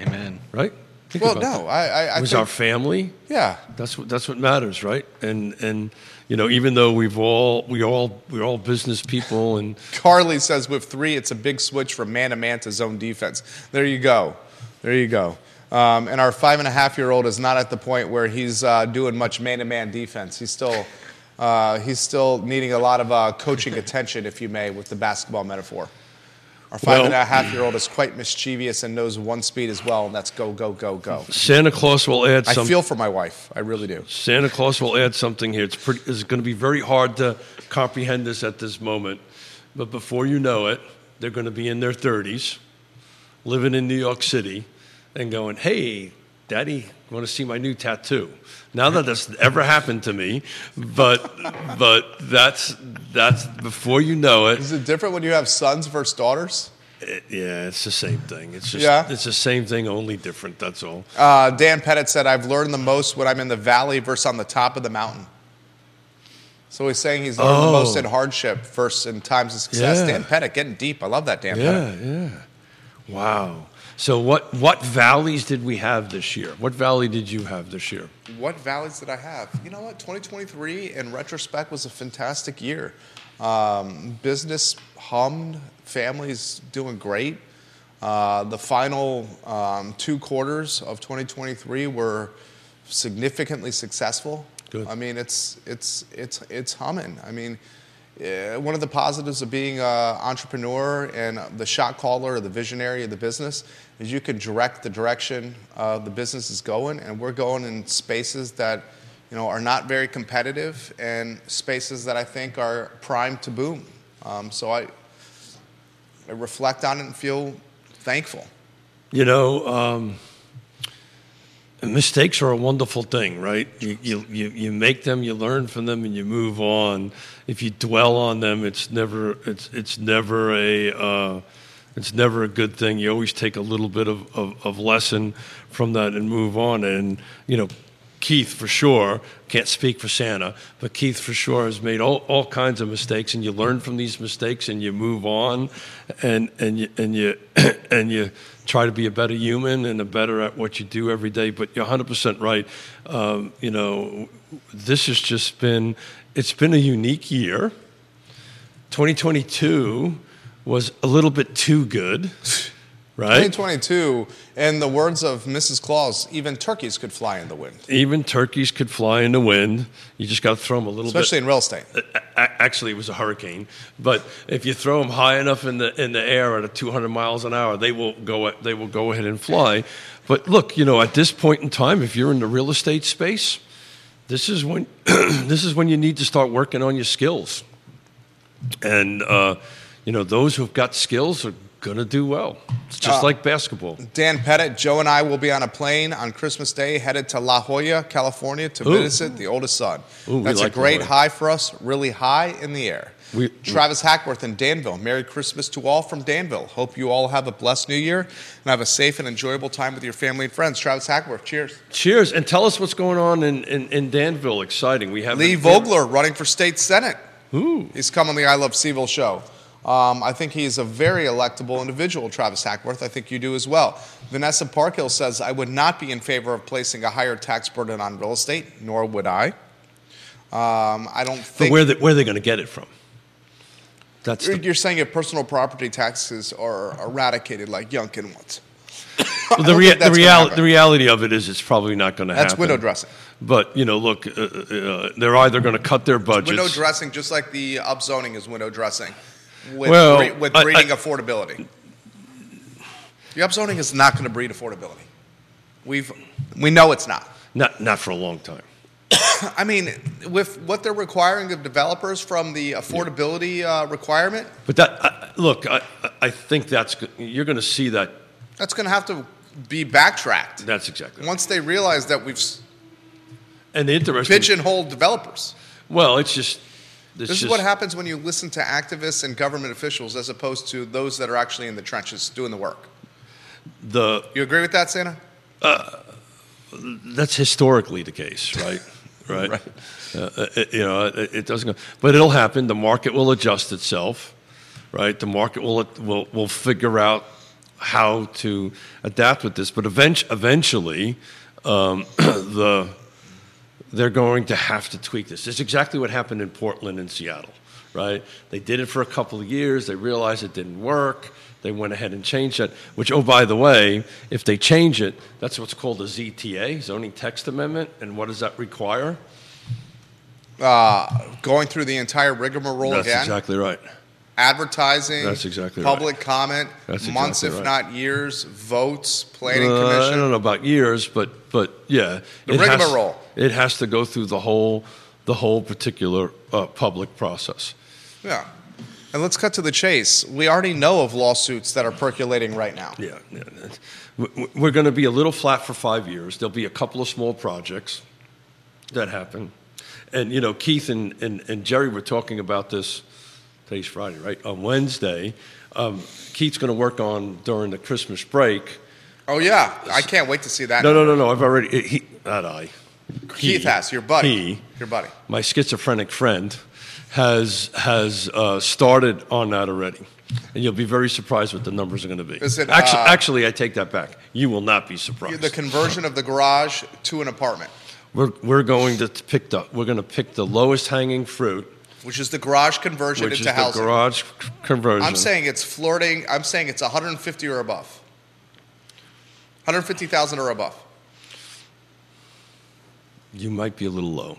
C: Amen.
B: right? Think
A: Well,
B: about
A: no,
B: that.
A: I, I, I
B: it was
A: think,
B: our family.
A: yeah,
B: That's what that's what matters, right? And and you know, even though we've all we all we're all business people, and
A: Carly says with three, it's a big switch from man to man to zone defense. There you go. There you go. Um, and our five and a half year old is not at the point where he's uh, doing much man to man defense. He's still, uh, he's still needing a lot of uh, coaching attention, if you may, with the basketball metaphor. Our five and a
B: Well-
A: half year old is quite mischievous and knows one speed as well, and that's go, go, go, go.
B: Santa Claus will add
A: I
B: some.
A: feel for my wife. I really do.
B: Santa Claus will add something here. It's pretty. It's going to be very hard to comprehend this at this moment, but before you know it, they're going to be in their thirties, living in New York City, and going, "Hey, Daddy, want to see my new tattoo?" Now that that's ever happened to me, but but that's that's before you know it.
A: Is it different when you have sons versus daughters?
B: It- Eh, yeah, it's the same thing. It's just
A: Yeah.
B: it's the same thing, only different. That's all.
A: Uh, Dan Pettit said, I've learned the most when I'm in the valley versus on the top of the mountain. So he's saying he's learned the most
B: Oh.
A: in hardship versus in times of success.
B: Yeah.
A: Dan Pettit, getting deep. I love that, Dan Pettit.
B: Yeah, yeah. Wow. So what what valleys did we have this year? What valley did you have this year?
A: What valleys did I have? You know what? 2023, in retrospect, was a fantastic year. Um, business hummed, families doing great. Uh, the final um, two quarters of 2023 were significantly successful.
B: Good.
A: I mean, it's it's it's it's humming. I mean, eh, one of the positives of being an entrepreneur and the shot caller or the visionary of the business is you can direct the direction uh, the business is going, and we're going in spaces that you know are not very competitive and spaces that I think are primed to boom. Um, so I, I reflect on it and feel thankful.
B: You know, um, mistakes are a wonderful thing, right? You, you, you, you make them, you learn from them, and you move on. If you dwell on them, it's never it's it's never a uh, it's never a good thing. You always take a little bit of, of, of lesson from that and move on. And you know, Keith for sure can't speak for Santa, but Keith for sure has made all, all kinds of mistakes, and you learn from these mistakes, and you move on, and and you and you and you try to be a better human and a better at what you do every day. But you're 100 percent right. Um, you know, this has just been it's been a unique year. 2022 was a little bit too good, right?
A: 2022, in the words of Mrs. Claus, even turkeys could fly in the wind,
B: Even turkeys could fly in the wind. You just got to throw them a little bit.
A: especially in real estate.
B: a- actually it was a hurricane but if you throw them high enough in the in the air at a 200 miles an hour they will go they will go ahead and fly but look you know at this point in time if you're in the real estate space this is when this is when you need to start working on your skills and uh, you know those who've got skills are going to do well it's
A: Uh,
B: just like basketball
A: Dan Pettit, Joe, and I will be on a plane on Christmas Day headed to La Jolla, California to
B: Ooh.
A: visit the oldest son.
B: Ooh, we
A: That's
B: like
A: a
B: La
A: great
B: Jolla.
A: high for us, really high in the air.
B: We-
A: Travis Hackworth in Danville. Merry Christmas to all from Danville. Hope you all have a blessed new year and have a safe and enjoyable time with your family and friends. Travis Hackworth, cheers.
B: cheers and tell us what's going on in, in, in danville exciting we have
A: Lee Vogler running for state senate.
B: Ooh.
A: He's come on the I Love Seville show. Um, I think he's a very electable individual, Travis Hackworth. I think you do as well. Vanessa Parkhill says, I would not be in favor of placing a higher tax burden on real estate, nor would I. Um, I don't
B: but
A: think
B: where they, where are they going to get it from that's the
A: you're, you're saying if personal property taxes are eradicated like Youngkin wants.
B: Well, the,
A: don't think
B: rea- the,
A: that's gonna
B: real-
A: happen.
B: the reality of it is it's probably not going to happen.
A: That's window dressing.
B: But, you know, look, uh, uh, they're either going to cut their budgets.
A: Window dressing, just like the upzoning is window dressing with,
B: Well,
A: bre- with
B: I- I-
A: breeding affordability. The upzoning is not going to breed affordability. We've, we know it's not.
B: not, not for a long time.
A: I mean, with what they're requiring of developers from the affordability uh, requirement,
B: But that, I I- look, I, I- I think that's, go- you're going to see that.
A: that's going to have to be backtracked
B: That's exactly right.
A: once they realize that we've s-
B: And the interesting,
A: pigeonholed developers.
B: well, it's just,
A: This
B: it's just,
A: is what happens when you listen to activists and government officials as opposed to those that are actually in the trenches doing the work.
B: the,
A: You agree with that, Santa?
B: that's historically the case, right? Right. Uh, it, you know, it, it doesn't go, but it'll happen. The market will adjust itself, right? The market will will will figure out how to adapt with this. But event, eventually, um, the they're going to have to tweak this. It's exactly what happened in Portland and Seattle, right? They did it for a couple of years. They realized it didn't work. They went ahead and changed it, which, oh, by the way, if they change it, that's what's called a ZTA, Zoning Text Amendment. And what does that require?
A: uh, Going through the entire rigmarole
B: That's
A: again,
B: exactly right.
A: advertising,
B: That's exactly right.
A: public comment,
B: That's
A: months
B: exactly
A: if
B: right.
A: not years, votes, planning
B: Uh, I
A: commission.
B: don't know about years, but but yeah,
A: The
B: it has-
A: rigmarole.
B: It has to go through the whole the whole particular uh, public process.
A: Yeah. And let's cut to the chase. We already know of lawsuits that are percolating right now.
B: Yeah, yeah, that's- we- we- we're going to be a little flat for five years. There'll be a couple of small projects that happen, and you know Keith and, and, and Jerry were talking about this. Today's Friday, right? On Wednesday, um, Keith's going to work on during the Christmas break.
A: Oh yeah, I can't wait to see that.
B: No, no, no, no. I've already he not I.
A: Keith
B: he-
A: has your buddy,
B: He,
A: your buddy.
B: my schizophrenic friend, has has uh, started on that already, and you'll be very surprised what the numbers are going to be.
A: Is it,
B: actually,
A: uh,
B: actually, I take that back. You will not be surprised.
A: The conversion of the garage to an apartment,
B: we're we're going to pick the we're going to pick the lowest hanging fruit,
A: which is the garage conversion
B: which is
A: into
B: the
A: housing.
B: garage c- conversion.
A: I'm saying it's flirting. I'm saying it's 150 or above. 150,000 or above.
B: you might be a little low.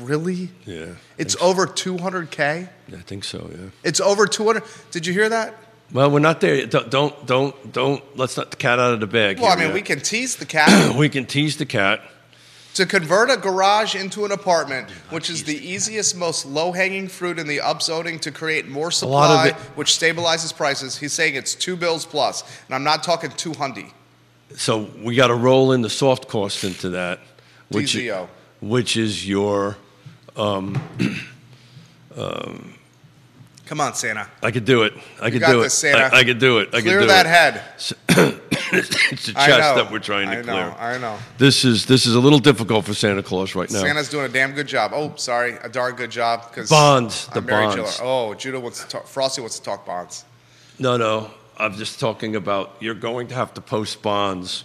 A: Really?
B: Yeah,
A: It's over 200k.
B: I think so. Yeah.
A: It's over 200. Did you hear that?
B: Well, we're not there. yet. Don't don't don't, don't let's not the cat out of the bag.
A: Well, I
B: here
A: mean, we
B: yet.
A: can tease the cat
B: we can tease the cat.
A: to convert a garage into an apartment, which is the easiest, most low-hanging fruit in the upzoning to create more
B: lot of
A: supply,
B: it-
A: which stabilizes prices. He's saying it's two bills plus, and I'm not talking two hundy.
B: So we got to roll in the soft cost into that, which
A: TZO.
B: which is your.
A: Come on, Santa,
B: I could do it. I could
A: got
B: do it.
A: this, Santa.
B: I, I could do it. I
A: clear
B: could do
A: that
B: it.
A: head.
B: It's the
A: I
B: chest
A: know.
B: that we're trying to
A: I know,
B: clear.
A: I know.
B: This is this is a little difficult for Santa Claus right now.
A: Santa's doing a damn good job. Oh, sorry, a darn good job because
B: Bonds, the bonds.
A: Oh, Judah wants to talk. Frosty wants to talk bonds.
B: No, no. I'm just talking about you're going to have to post bonds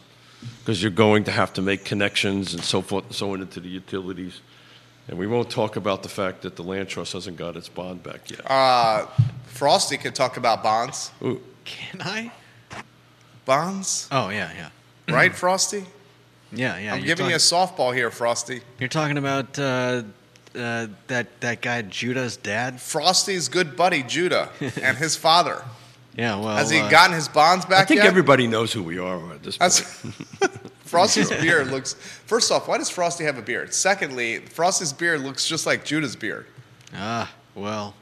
B: because you're going to have to make connections and so forth and so on into the utilities. And we won't talk about the fact that the land trust hasn't got its bond back yet.
A: Uh, Frosty could talk about bonds.
C: Can I?
A: Bonds,
C: Oh yeah, yeah,
B: Mm.
A: right, Frosty?
C: yeah, yeah.
A: I'm
C: you're
A: giving you a
C: talking-
A: softball here, Frosty.
C: You're talking about uh, uh, that that guy Judah's dad.
A: Frosty's good buddy Judah and his father.
C: Yeah, well,
A: Has he
C: uh,
A: gotten his bonds back
B: Oh, I think
A: yet?
B: everybody knows who we are at this point.
A: That's, Frosty's beard looks. First off, why does Frosty have a beard? Secondly, Frosty's beard looks just like Judah's beard.
C: Ah, well,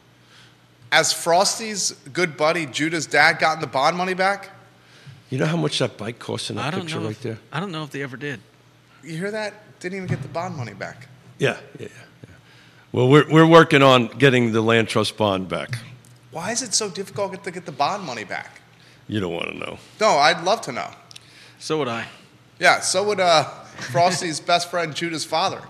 A: Has Frosty's good buddy Judah's dad gotten the bond money back?
B: You know how much that bike costs in that
C: I don't
B: picture
C: know.
B: right
C: if,
B: there?
C: I don't know if they ever did.
A: You hear that? Didn't even get the bond money back.
B: Yeah, yeah, yeah. yeah. Well, we're, we're working on getting the land trust bond back.
A: Why is it so difficult get- to get the bond money back?
B: You don't want to know.
A: No, I'd love to know.
C: So would I.
A: Yeah, so would uh, Frosty's best friend Judah's father.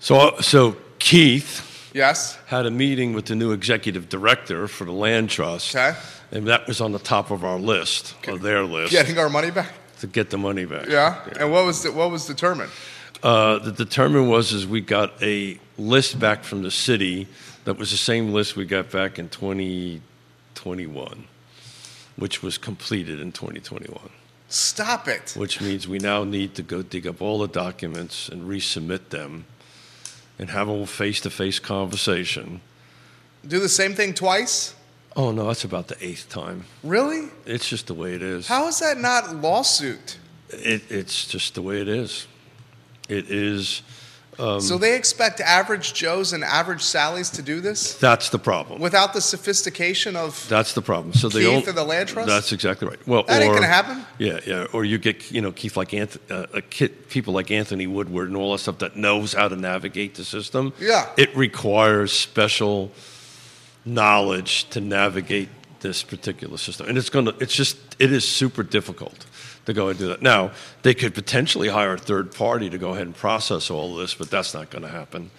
B: So, so Keith
A: Yes.
B: had a meeting with the new executive director for the land trust.
A: Okay.
B: And that was on the top of our list, or their list,
A: Getting our money back.
B: to get the money back.
A: Yeah. And what was the, what was determined?
B: Uh, the determinant was is we got a list back from the city that was the same list we got back in 2021, which was completed in 2021.
A: Stop it.
B: which means we now need to go dig up all the documents and resubmit them and have a face-to-face conversation.
A: Do the same thing twice?
B: Oh no, that's about the eighth time.
A: Really?
B: It's just the way it is.
A: How is that not lawsuit?
B: It, it's just the way it is. It is.
A: so they expect average Joes and average Sallys to do this
B: That's the problem.
A: without the sophistication of
B: that's the problem. So they
A: Keith
B: all-
A: of the Land Trust?
B: That's exactly right. Well,
A: That ain't
B: or-
A: gonna happen.
B: Yeah, yeah. Or you get you know Keith like Anth- uh, a kid, people like Anthony Woodward and all that stuff that knows how to navigate the system.
A: Yeah.
B: it requires special knowledge to navigate this particular system, and it's gonna. It's just it is super difficult. To go and do that. Now, they could potentially hire a third party to go ahead and process all this, but that's not going to happen.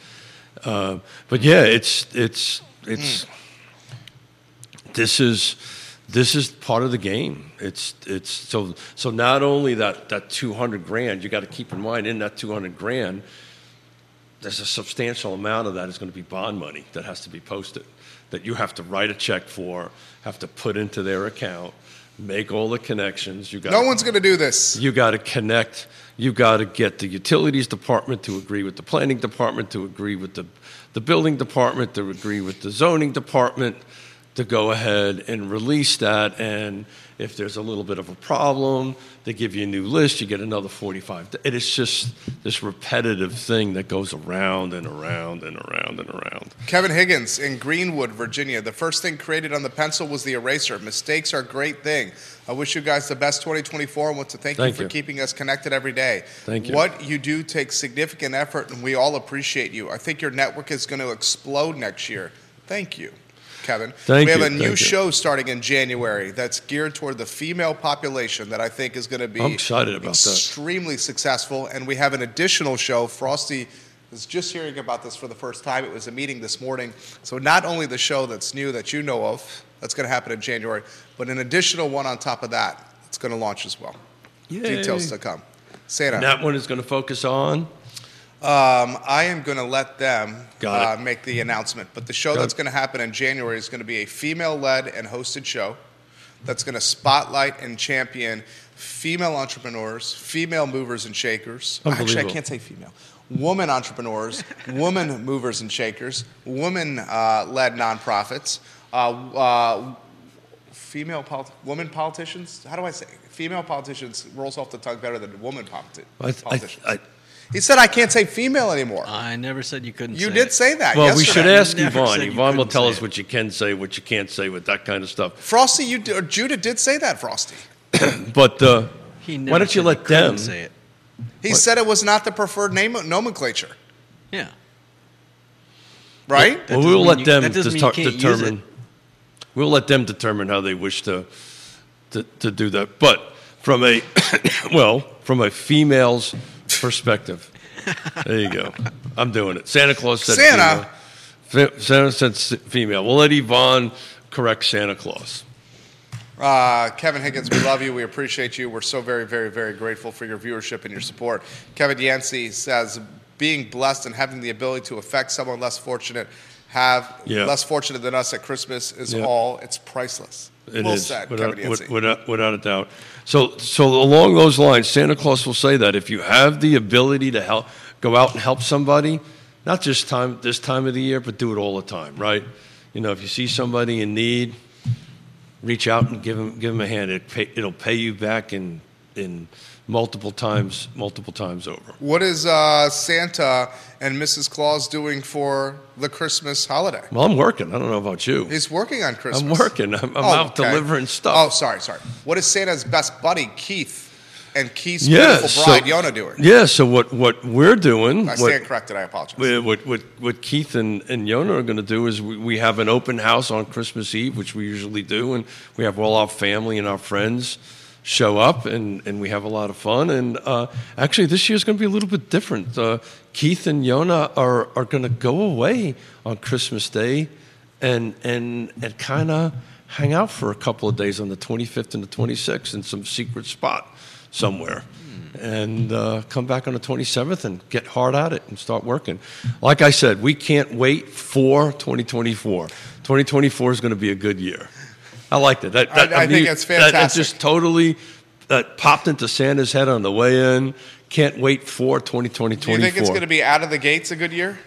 B: Uh, but yeah, it's it's it's this is this is part of the game. It's it's so so not only that that 200 grand you got to keep in mind in that 200 grand there's a substantial amount of that is going to be bond money that has to be posted that you have to write a check for, have to put into their account, make all the connections. You got
A: no one's going to do this.
B: you got to connect. You got to get the utilities department to agree with the planning department, to agree with the, the building department, to agree with the zoning department, to go ahead and release that. And if there's a little bit of a problem, they give you a new list. You get another 45. It is just this repetitive thing that goes around and around and around and around.
A: Kevin Higgins in Greenwood, Virginia. The first thing created on the pencil was the eraser. Mistakes are a great thing. I wish you guys the best 2024 and want to thank,
B: Thank
A: you for
B: you.
A: keeping us connected every day.
B: Thank you.
A: What you do takes significant effort and we all appreciate you. I think your network is going to explode next year. Thank you. Kevin.
B: Thank
A: we have
B: you,
A: a new
B: thank you.
A: show starting in January that's geared toward the female population that I think is going to be
B: I'm excited about that.
A: extremely successful. And we have an additional show. Frosty was just hearing about this for the first time. It was a meeting this morning. So not only the show that's new that you know of that's going to happen in January, but an additional one on top of that that's going to launch as well. Details to come. Santa.
B: That one is going to focus on.
A: Um, I am going to let them
B: Got it.
A: uh, make the announcement. But the show
B: Got
A: that's
B: it.
A: going to happen in January is going to be a female led and hosted show that's going to spotlight and champion female entrepreneurs, female movers and shakers. Actually, I
B: Unbelievable.
A: can't say female. Woman entrepreneurs, woman movers and shakers, woman uh, led nonprofits, uh, uh, female polit- woman politicians. How do I say? Female politicians rolls off the tongue better than woman politi-
B: I, I,
A: politicians.
B: I,
A: He said, I can't say female anymore.
C: Ah, I never said you couldn't.
A: you
C: say
A: did
C: it.
A: say that.
B: well, we
A: yesterday.
B: should ask
C: Never
B: Yvonne.
C: said you
B: Yvonne will
C: couldn't
B: tell
C: say
B: us
C: it.
B: what you can say, what you can't say, with that kind of stuff.
A: Frosty, you d- or Judah did say that, Frosty.
B: But uh,
C: He never
B: why don't
C: said
B: you let
C: couldn't
B: them?
C: say it?
A: He said it was not the preferred name nomenclature,
C: Yeah.
A: right?
B: Well,
C: doesn't
B: we'll
C: mean
B: let
C: you-
B: them
C: that doesn't mean
B: deta-
C: you can't use
B: determine.
C: it.
B: We'll let them determine how they wish to, to to do that. But from a well, from a female's perspective, there you go. I'm doing it. Santa Claus said
A: Santa.
B: female. Fe- Santa said s- female. We'll let Yvonne correct Santa Claus.
A: Uh, Kevin Higgins, we love you. We appreciate you. We're so very, very, very grateful for your viewership and your support. Kevin Yancey says, being blessed and having the ability to affect someone less fortunate, have
B: Yeah.
A: less fortunate than us at Christmas is
B: Yeah.
A: all. It's priceless.
B: It is
A: well said,
B: without,
A: Kevin Yancey.
B: without, without a doubt. So, so along those lines, Santa Claus will say that if you have the ability to help, go out and help somebody, not just time this time of the year, but do it all the time, right? You know, if you see somebody in need, reach out and give them give 'em a hand. It pay, it'll pay you back in in multiple times, multiple times over.
A: What is uh, Santa and Mrs. Claus doing for the Christmas holiday?
B: Well, I'm working. I don't know about you.
A: He's working on Christmas.
B: I'm working. I'm, I'm
A: Oh,
B: out
A: okay.
B: delivering stuff.
A: Oh, sorry, sorry. What is Santa's best buddy, Keith, and Keith's
B: yeah,
A: beautiful
B: so-
A: bride, Yona, doing?
B: Yeah, so what, what we're doing,
A: I
B: what-
A: stand corrected. I apologize.
B: Well, What, what, what Keith and, and Yona are going to do is we, we have an open house on Christmas Eve, which we usually do, and we have all our family and our friends show up, and, and we have a lot of fun. And uh, actually, this year's going to be a little bit different. Uh, Keith and Yona are, are going to go away on Christmas Day and, and, and kind of hang out for a couple of days on the 25th and the 26th in some secret spot somewhere and uh, come back on the 27th and get hard at it and start working. Like I said, we can't wait for 2024. 2024 is going to be a good year. I liked it. That, that,
A: I- I think
B: mean,
A: that's
B: that- that
A: fantastic.
B: just totally that popped into Santa's head on the way in. Can't wait for 2020,
A: Do you think it's
B: 24.
A: going to be out of the gates a good year?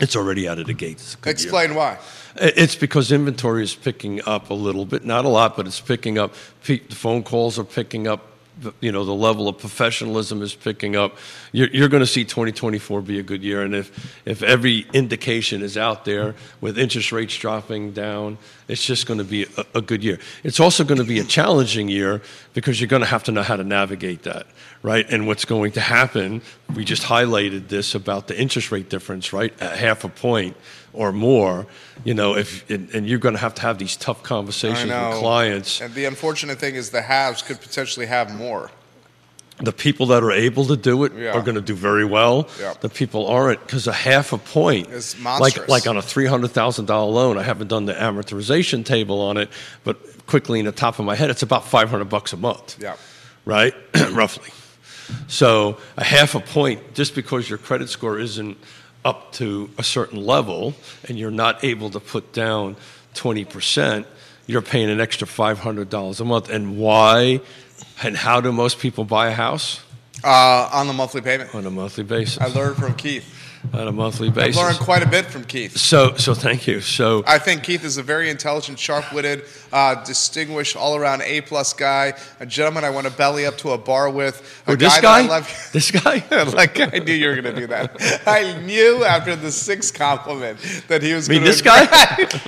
B: It's already out of the gates. It's a good year.
A: Explain why.
B: It's because inventory is picking up a little bit, not a lot, but it's picking up. Pe- The phone calls are picking up. The- You know, the level of professionalism is picking up. You're, you're going to see 2024 be a good year, and if if every indication is out there with interest rates dropping down, it's just going to be a, a good year. It's also going to be a challenging year because you're going to have to know how to navigate that, right? And what's going to happen? We just highlighted this about the interest rate difference, right? At half a point or more, you know, if and, and you're going to have to have these tough conversations
A: I
B: with
A: know.
B: clients.
A: And the unfortunate thing is the haves could potentially have more.
B: The people that are able to do it
A: Yeah.
B: are going to do very well.
A: Yeah.
B: The people aren't because a half a point,
A: It's
B: like
A: monstrous.
B: like on a three hundred thousand dollar loan, I haven't done the amortization table on it, but quickly in the top of my head, it's about five hundred bucks a month.
A: Yeah.
B: right, roughly. So a half a point, just because your credit score isn't up to a certain level and you're not able to put down 20%, you're paying an extra $500 a month. And why and how do most people buy a house?
A: Uh, on the monthly payment.
B: On a monthly basis.
A: I learned from Keith.
B: On a monthly
A: I learned
B: basis.
A: quite a bit from Keith.
B: So, so thank you. So,
A: I think Keith is a very intelligent, sharp-witted, uh, distinguished, all-around A-plus guy. A gentleman I want to belly up to a bar with. A
B: Oh, this
A: that
B: guy,
A: I love-
B: this guy,
A: like I knew you were going to do that. I knew after the sixth compliment that he was.
B: mean,
A: gonna
B: this guy?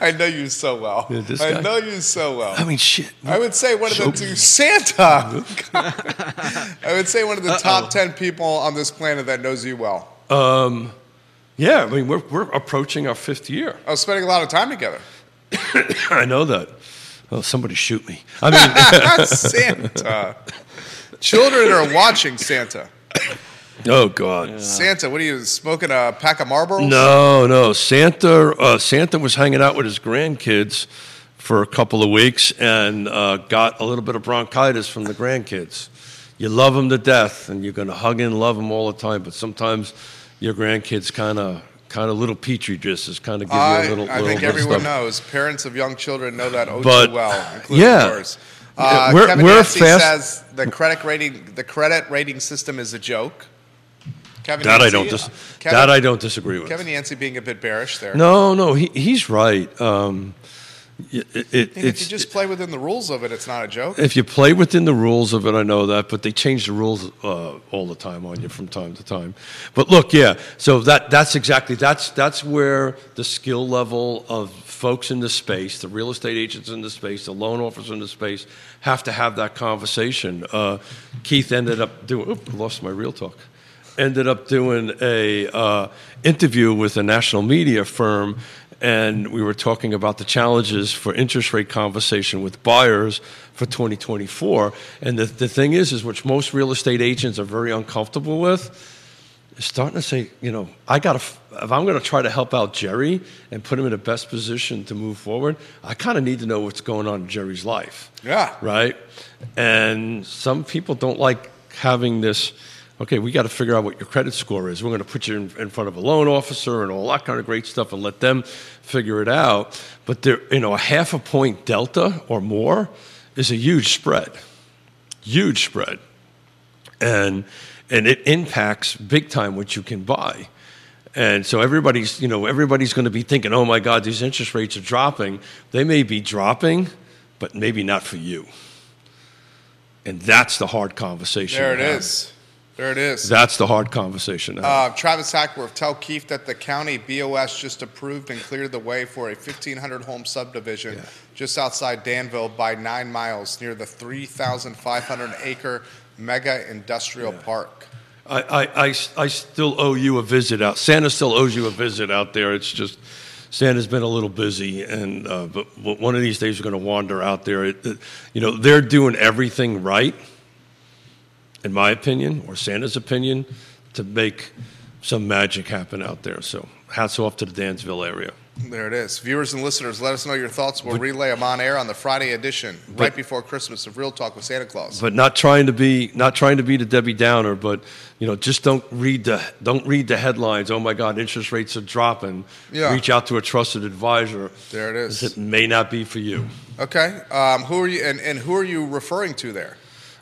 A: I know you so well.
B: Yeah, this
A: I
B: guy.
A: know you so well.
B: I mean, shit.
A: I would say one of the two Santa. I would say one of the top ten people on this planet that knows you well.
B: Yeah, I mean, we're, we're approaching our fifth year.
A: I was spending a lot of time together.
B: I know that. Oh, somebody shoot me. I mean,
A: Santa. Children are watching Santa.
B: oh God.
A: Uh, Santa, what are you smoking? A pack of Marlboros?
B: No, no. Santa uh, Santa was hanging out with his grandkids for a couple of weeks and uh, got a little bit of bronchitis from the grandkids. You love them to death, and you're going to hug and love them all the time. But sometimes your grandkids kind of kind of little petri dishes kind of give
A: I,
B: you a little.
A: I
B: little
A: think everyone
B: stuff.
A: knows. Parents of young children know that oh
B: But,
A: too well, including
B: yeah.
A: yours. Uh,
B: Yeah, we're-
A: Kevin
B: we're
A: Yancey
B: fast-
A: says the credit rating the credit rating system is a joke. Kevin
B: That I
A: Yancey- uh,
B: don't dis-
A: Kevin,
B: that I don't disagree with.
A: Kevin Yancey being a bit bearish there.
B: no, no, he, he's right. Um, it, it,
A: And if
B: it's
A: you just play within the rules of it, it's not a joke.
B: if you play within the rules of it, I know that, but they change the rules uh, all the time on you from time to time. But look, yeah, so that that's exactly that's that's where the skill level of folks in the space, the real estate agents in the space, the loan officers in the space, have to have that conversation. Uh, Keith ended up doing. Oop, lost my real talk ended up doing a uh, interview with a national media firm and we were talking about the challenges for interest rate conversation with buyers for 2024 and the, the thing is is which most real estate agents are very uncomfortable with is starting to say you know i gotta f- if i'm gonna try to help out jerry and put him in the best position to move forward i kind of need to know what's going on in jerry's life
A: Yeah.
B: right? And some people don't like having this. Okay, we got to figure out what your credit score is. We're going to put you in, in front of a loan officer and all that kind of great stuff, and let them figure it out. But there, you know, a half a point delta or more is a huge spread, huge spread, and and it impacts big time what you can buy. And so everybody's, you know, everybody's going to be thinking, "Oh my God, these interest rates are dropping." They may be dropping, but maybe not for you. And that's the hard conversation.
A: There it
B: to have.
A: is. There it is.
B: That's the hard conversation. to have.
A: Uh, Travis Hackworth, tell Keith that the county BOS just approved and cleared the way for a 1,500 home subdivision just outside Danville by nine miles near the 3,500 acre mega industrial park.
B: I, I, I, I still owe you a visit out. Santa still owes you a visit out there. It's just Santa's been a little busy, and uh, but but one of these days we're going to wander out there. It, it- you know, they're doing everything right, in my opinion, or Santa's opinion, to make some magic happen out there. So hats off to the Dansville area.
A: There it is. Viewers and listeners, let us know your thoughts. We'll relay them on air on the Friday edition, right before Christmas, of Real Talk with Santa Claus.
B: but not trying to be not trying to be the Debbie Downer, but you know, just don't read the don't read the headlines. Oh my God, interest rates are dropping.
A: Yeah.
B: Reach out to a trusted advisor.
A: There it is.
B: It may not be for you.
A: Okay. Um, who are you? And, and who are you referring to there?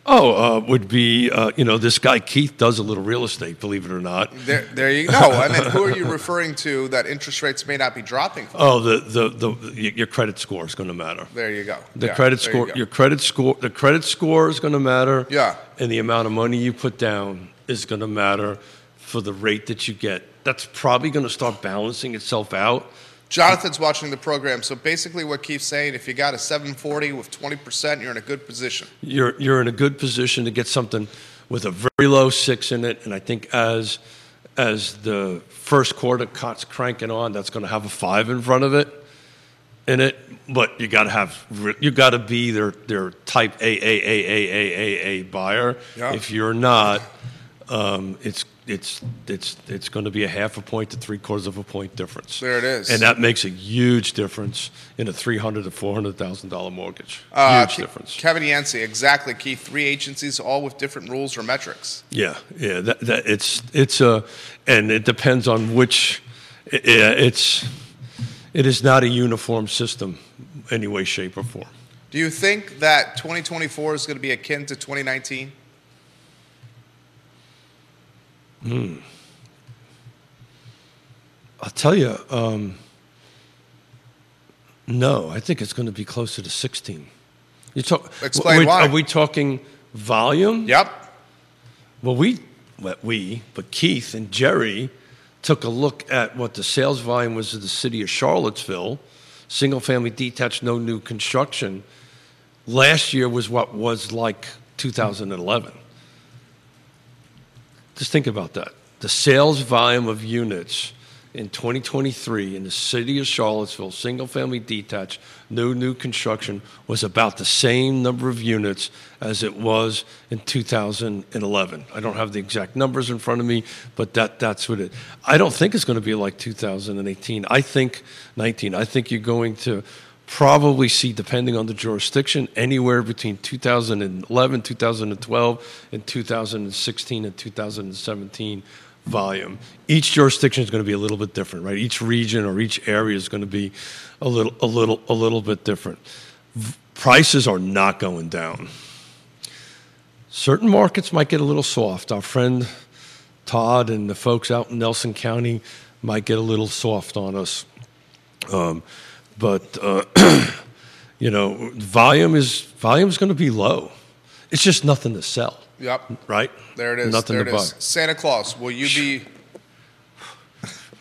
B: Oh, uh, would be uh, you know this guy Keith does a little real estate, believe it or not.
A: There, there you go. And then who are you referring to that interest rates may not be dropping? For?
B: Oh, the the, the y- your credit score is going to matter.
A: There you go.
B: The
A: Yeah,
B: credit
A: there you
B: score,
A: go.
B: your credit score, the credit score is going to matter.
A: Yeah.
B: And the amount of money you put down is going to matter for the rate that you get. That's probably going to start balancing itself out.
A: Jonathan's watching the program. So basically, what Keith's saying, if you got a 740 with 20%, you're in a good position.
B: you're you're in a good position to get something with a very low six in it, and I think as as the first quarter cuts cranking on, that's going to have a five in front of it in it. But you got to have re- you got to be their their type A A A A A A A buyer.
A: Yeah.
B: If you're not, um, it's it's it's it's going to be a half a point to three quarters of a point difference.
A: There it is.
B: and that makes a huge difference in a three hundred to four hundred thousand dollar mortgage.
A: Uh,
B: huge
A: Ke-
B: difference.
A: Kevin Yancey, exactly, Keith. Three agencies, all with different rules or metrics.
B: Yeah, yeah. That, that it's it's a, and it depends on which. i- i- It's it is not a uniform system, any way, shape, or form.
A: Do you think that 2024 is going to be akin to 2019?
B: I'll tell you. Um, no, I think it's going to be closer to sixteen. You talk.
A: Explain
B: we-
A: why.
B: Are we talking volume?
A: Yep.
B: Well, we, well, we, but Keith and Jerry took a look at what the sales volume was of the city of Charlottesville, single family detached, no new construction. Last year was what was like 2011. Just think about that. The sales volume of units in 2023 in the city of Charlottesville, single family detached, no new construction, was about the same number of units as it was in 2011. I don't have the exact numbers in front of me, but that, that's what it. I don't think it's going to be like 2018. I think 19. I think you're going to probably see, depending on the jurisdiction, anywhere between 2011, 2012, and 2016 and 2017 volume. Each jurisdiction is going to be a little bit different, right? Each region or each area is going to be a little, a little, a little bit different. V- Prices are not going down. Certain markets might get a little soft. Our friend Todd and the folks out in Nelson County might get a little soft on us. Um, but uh, you know, volume is volume's going to be low. It's just nothing to sell,
A: Yep.
B: right?
A: There it is.
B: Nothing
A: there
B: to
A: it is. Santa Claus, will you be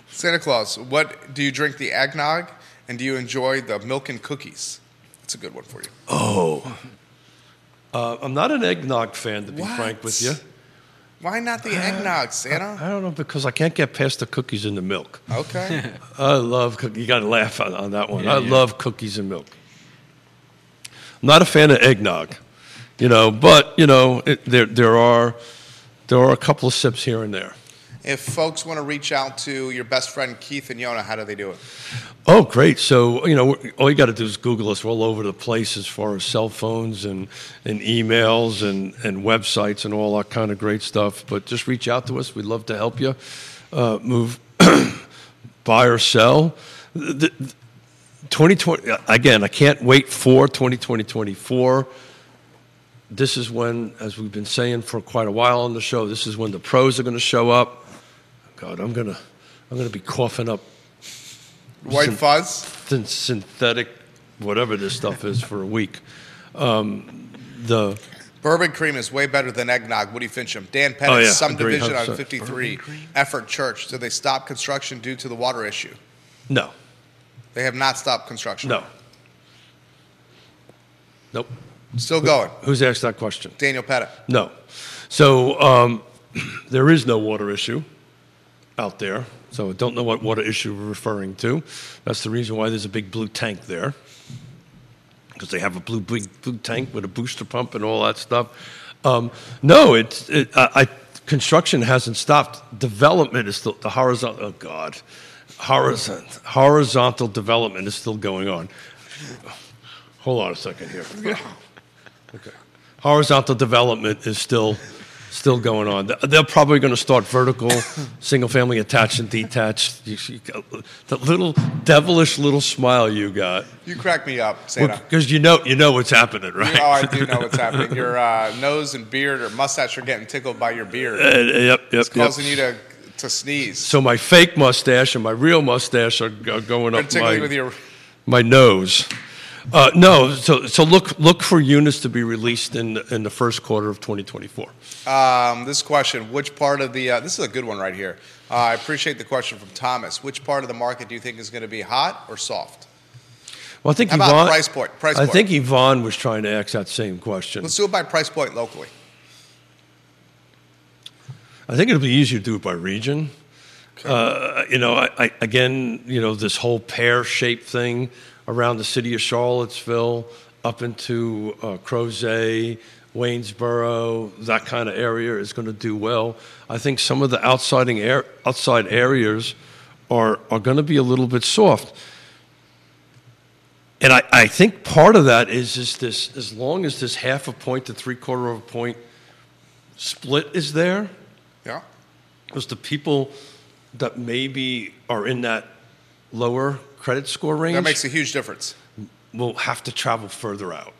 A: Santa Claus, what do you drink the eggnog and do you enjoy the milk and cookies? That's a good one for you.
B: buy. Oh, uh, I'm not an eggnog fan to be
A: What?
B: frank with you.
A: Why not the eggnog, Santa?
B: I don't know because I can't get past the cookies and the milk.
A: Okay.
B: I love cookies. You got to laugh on, on that one.
C: Yeah,
B: I
C: yeah.
B: love cookies and milk. I'm not a fan of eggnog, you know, but you know, it, there there are there are a couple of sips here and there.
A: if folks want to reach out to your best friend Keith and Yona, how do they do it?
B: Oh, great. So, you know, all you got to do is Google us. We're all over the place as far as cell phones and, and emails and, and websites and all that kind of great stuff. But just reach out to us. We'd love to help you uh, move, buy or sell. The- the- 2020, again, I can't wait for 2020, 2024 this is when, as we've been saying for quite a while on the show, this is when the pros are going to show up. God, I'm gonna, I'm gonna be coughing up
A: White
B: Some-
A: Fuzz?
B: syn- synthetic, whatever this stuff is, for a week. Um, the
A: Bourbon cream is way better than eggnog. Woody Fincham, Dan Pettit,
B: Oh, yeah,
A: some
B: agree,
A: division on
B: 100%.
A: 53,
C: Bourbon cream?
A: Effort Church. Did they stop construction due to the water issue?
B: no,
A: They have not stopped construction.
B: no, nope.
A: Still going.
B: Who's asked that question?
A: Daniel Pettit.
B: No. So um, there is no water issue out there. So I don't know what water issue we're referring to. That's the reason why there's a big blue tank there. Because they have a blue, big blue tank with a booster pump and all that stuff. Um, no, it's it, I, I, construction hasn't stopped. Development is still the horizontal. Oh God, horizontal horizontal development is still going on. Hold on a second here. Okay. Horizontal development is still, still going on. Th- They're probably going to start vertical, single-family attached and detached. You see, That little devilish little smile you got,
A: You crack me up, Santa.
B: because you know, you know what's happening, right?
A: You- Oh, I do know what's happening. Your uh, nose and beard or mustache are getting tickled by your
B: Uh,
A: beard,
B: Yep, yep, yep.
A: causing you to to sneeze.
B: So my fake mustache and my real mustache are g- are going up
A: Particularly
B: my-
A: with your
B: my nose. Uh, no, so, so look, look for units to be released in, the- in the first quarter of 2024.
A: um, this question, which part of the uh, this is a good one right here. Uh, I appreciate the question from Thomas. Which part of the market do you think is going to be hot or soft?
B: Well, I think
A: How about
B: Yvonne-
A: price point? Price
B: I
A: point.
B: think Yvonne was trying to ask that same question.
A: Let's do it by price point locally.
B: I think it'll be easier to do it by region. Uh, you know, I, I, again, you know, this whole pear-shaped thing around the city of Charlottesville, up into uh, Crozet, Waynesboro, that kind of area is going to do well. I think some of the outsiding air, outside areas are are going to be a little bit soft. And I, I think part of that is is this as long as this half a point to three quarter of a point split is there,
A: Yeah.
B: was the people that maybe are in that lower credit score range
A: That makes a huge difference.
B: will have to travel further out.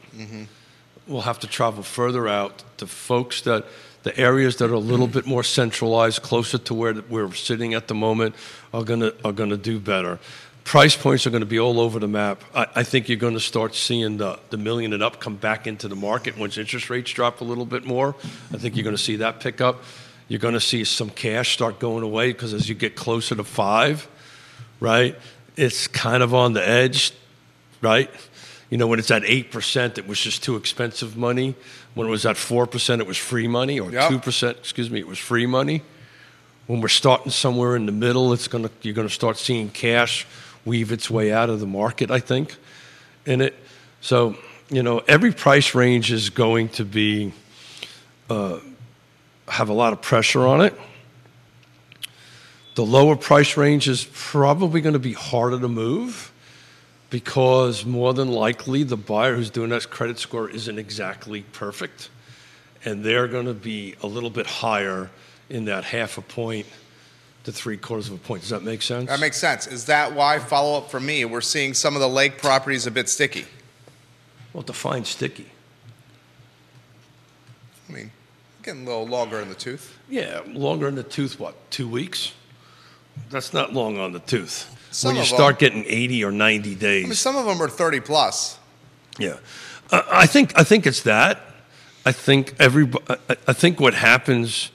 B: Will have to travel further out. The folks that the areas that are a little bit more centralized, closer to where we're sitting at the moment, are gonna are gonna do better. Price points are going to be all over the map. I, I think you're going to start seeing the, the million and up come back into the market once interest rates drop a little bit more. I think you're going to see that pick up. You're going to see some cash start going away because as you get closer to five, right, it's kind of on the edge right? You know, when it's at 8%, it was just too expensive money. When it was at 4%, it was free money, or
A: Yep.
B: 2%, excuse me, it was free money, When we're starting somewhere in the middle, it's gonna, you're going to start seeing cash weave its way out of the market, I think, in it. So, you know, every price range is going to be, uh, have a lot of pressure on it. The lower price range is probably going to be harder to move because more than likely the buyer who's doing that credit score isn't exactly perfect and they're going to be a little bit higher in that half a point to three quarters of a point. Does that make sense?
A: That makes sense. Is that why follow up for me? We're seeing some of the lake properties a bit sticky.
B: well, define sticky.
A: I mean, getting a little longer in the tooth.
B: Yeah, longer in the tooth, what, two weeks? That's not long on the tooth.
A: Some
B: when you
A: of
B: start getting 80 or 90 days.
A: I mean, some of them are 30 plus.
B: Yeah, uh, I think I think it's that. I think every I, I think what happens.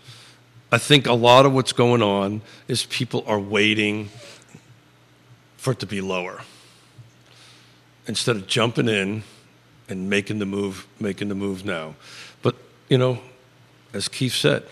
B: I think a lot of what's going on is people are waiting for it to be lower instead of jumping in and making the move, making the move now. But you know, as Keith said,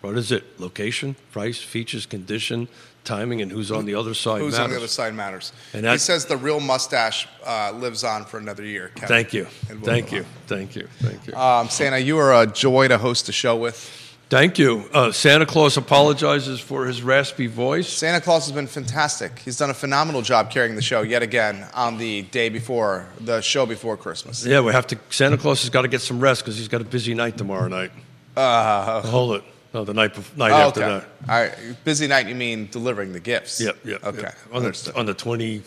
B: what is it? Location, price, features, condition, timing, and who's on the other side.
A: Who's on the
B: matters.
A: other side matters.
B: And
A: he
B: that-
A: says the real mustache uh, lives on for another year. Kevin.
B: Thank you.
A: It will live
B: Thank you. Thank you. Thank you.
A: on. Um, Santa, you are a joy to host the show with.
B: Thank you. Uh, Santa Claus apologizes for his raspy voice.
A: Santa Claus has been fantastic. He's done a phenomenal job carrying the show yet again on the day before the show before Christmas.
B: Yeah, we have to. Santa Claus has got to get some rest because he's got a busy night tomorrow night. Uh, Hold it. No, the night before, night
A: Uh-huh. Oh,
B: after
A: okay. All
B: that.
A: right. Busy night. You mean delivering the gifts?
B: Yep, yep.
A: Okay.
B: yep. On the
A: Understood.
B: on the twenty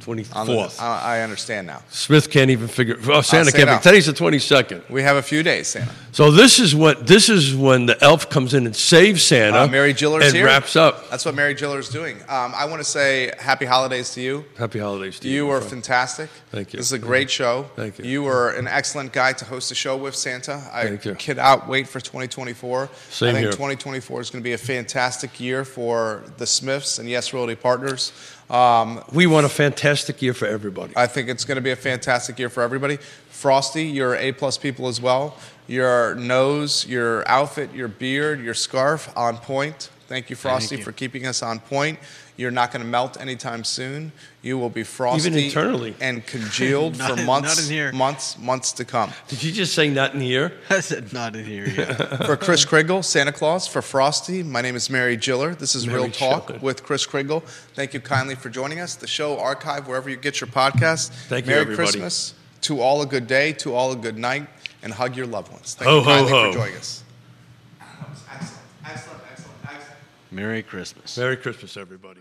B: twenty
A: On the- uh,
B: fourth.
A: I I understand now.
B: Smith can't even figure. Oh,
A: Santa.
B: Santa can't. figure- Today's the twenty second.
A: We have a few days, Santa.
B: So this is what this is when the elf comes in and saves Santa.
A: Uh, Mary Jiller's
B: and
A: here.
B: wraps up.
A: That's what Mary Jiller's doing. Um, I want to say happy holidays to you.
B: Happy holidays to you.
A: You
B: my
A: were
B: friend.
A: fantastic.
B: Thank you.
A: This is a great show.
B: Thank you.
A: You were an excellent guy to host a show with, Santa. I
B: Thank you.
A: cannot wait for 2024. I
B: Same
A: think
B: here.
A: 2024 is going to be a fantastic year for the Smiths and Yes Realty Partners. Um,
B: We want a fantastic year for everybody.
A: I think it's going to be a fantastic year for everybody. Frosty, you're A plus people as well. Your nose, your outfit, your beard, your scarf on point. Thank you, Frosty,
C: you.
A: for keeping us on point. You're not going to melt anytime soon. You will be frosty
B: internally.
A: and congealed
C: Not
A: for
C: in-
A: months,
C: not in here.
A: months, months to come.
B: Did you just say that in the air?
C: I said not in here yet.
A: For Chris Kringle, Santa Claus, for Frosty, my name is Mary Jiller. This is
B: Mary
A: Real Talk
B: Jiller.
A: with Chris Kringle. Thank you kindly for joining us. The show archive wherever you get your podcast.
B: Thank you,
A: Merry
B: everybody.
A: Christmas. To all a good day, to all a good night, and hug your loved ones. Thank
B: Ho,
A: you
B: ho,
A: kindly
B: ho.
A: for joining us. Excellent, excellent, excellent, excellent.
C: Merry Christmas.
B: Merry Christmas, everybody.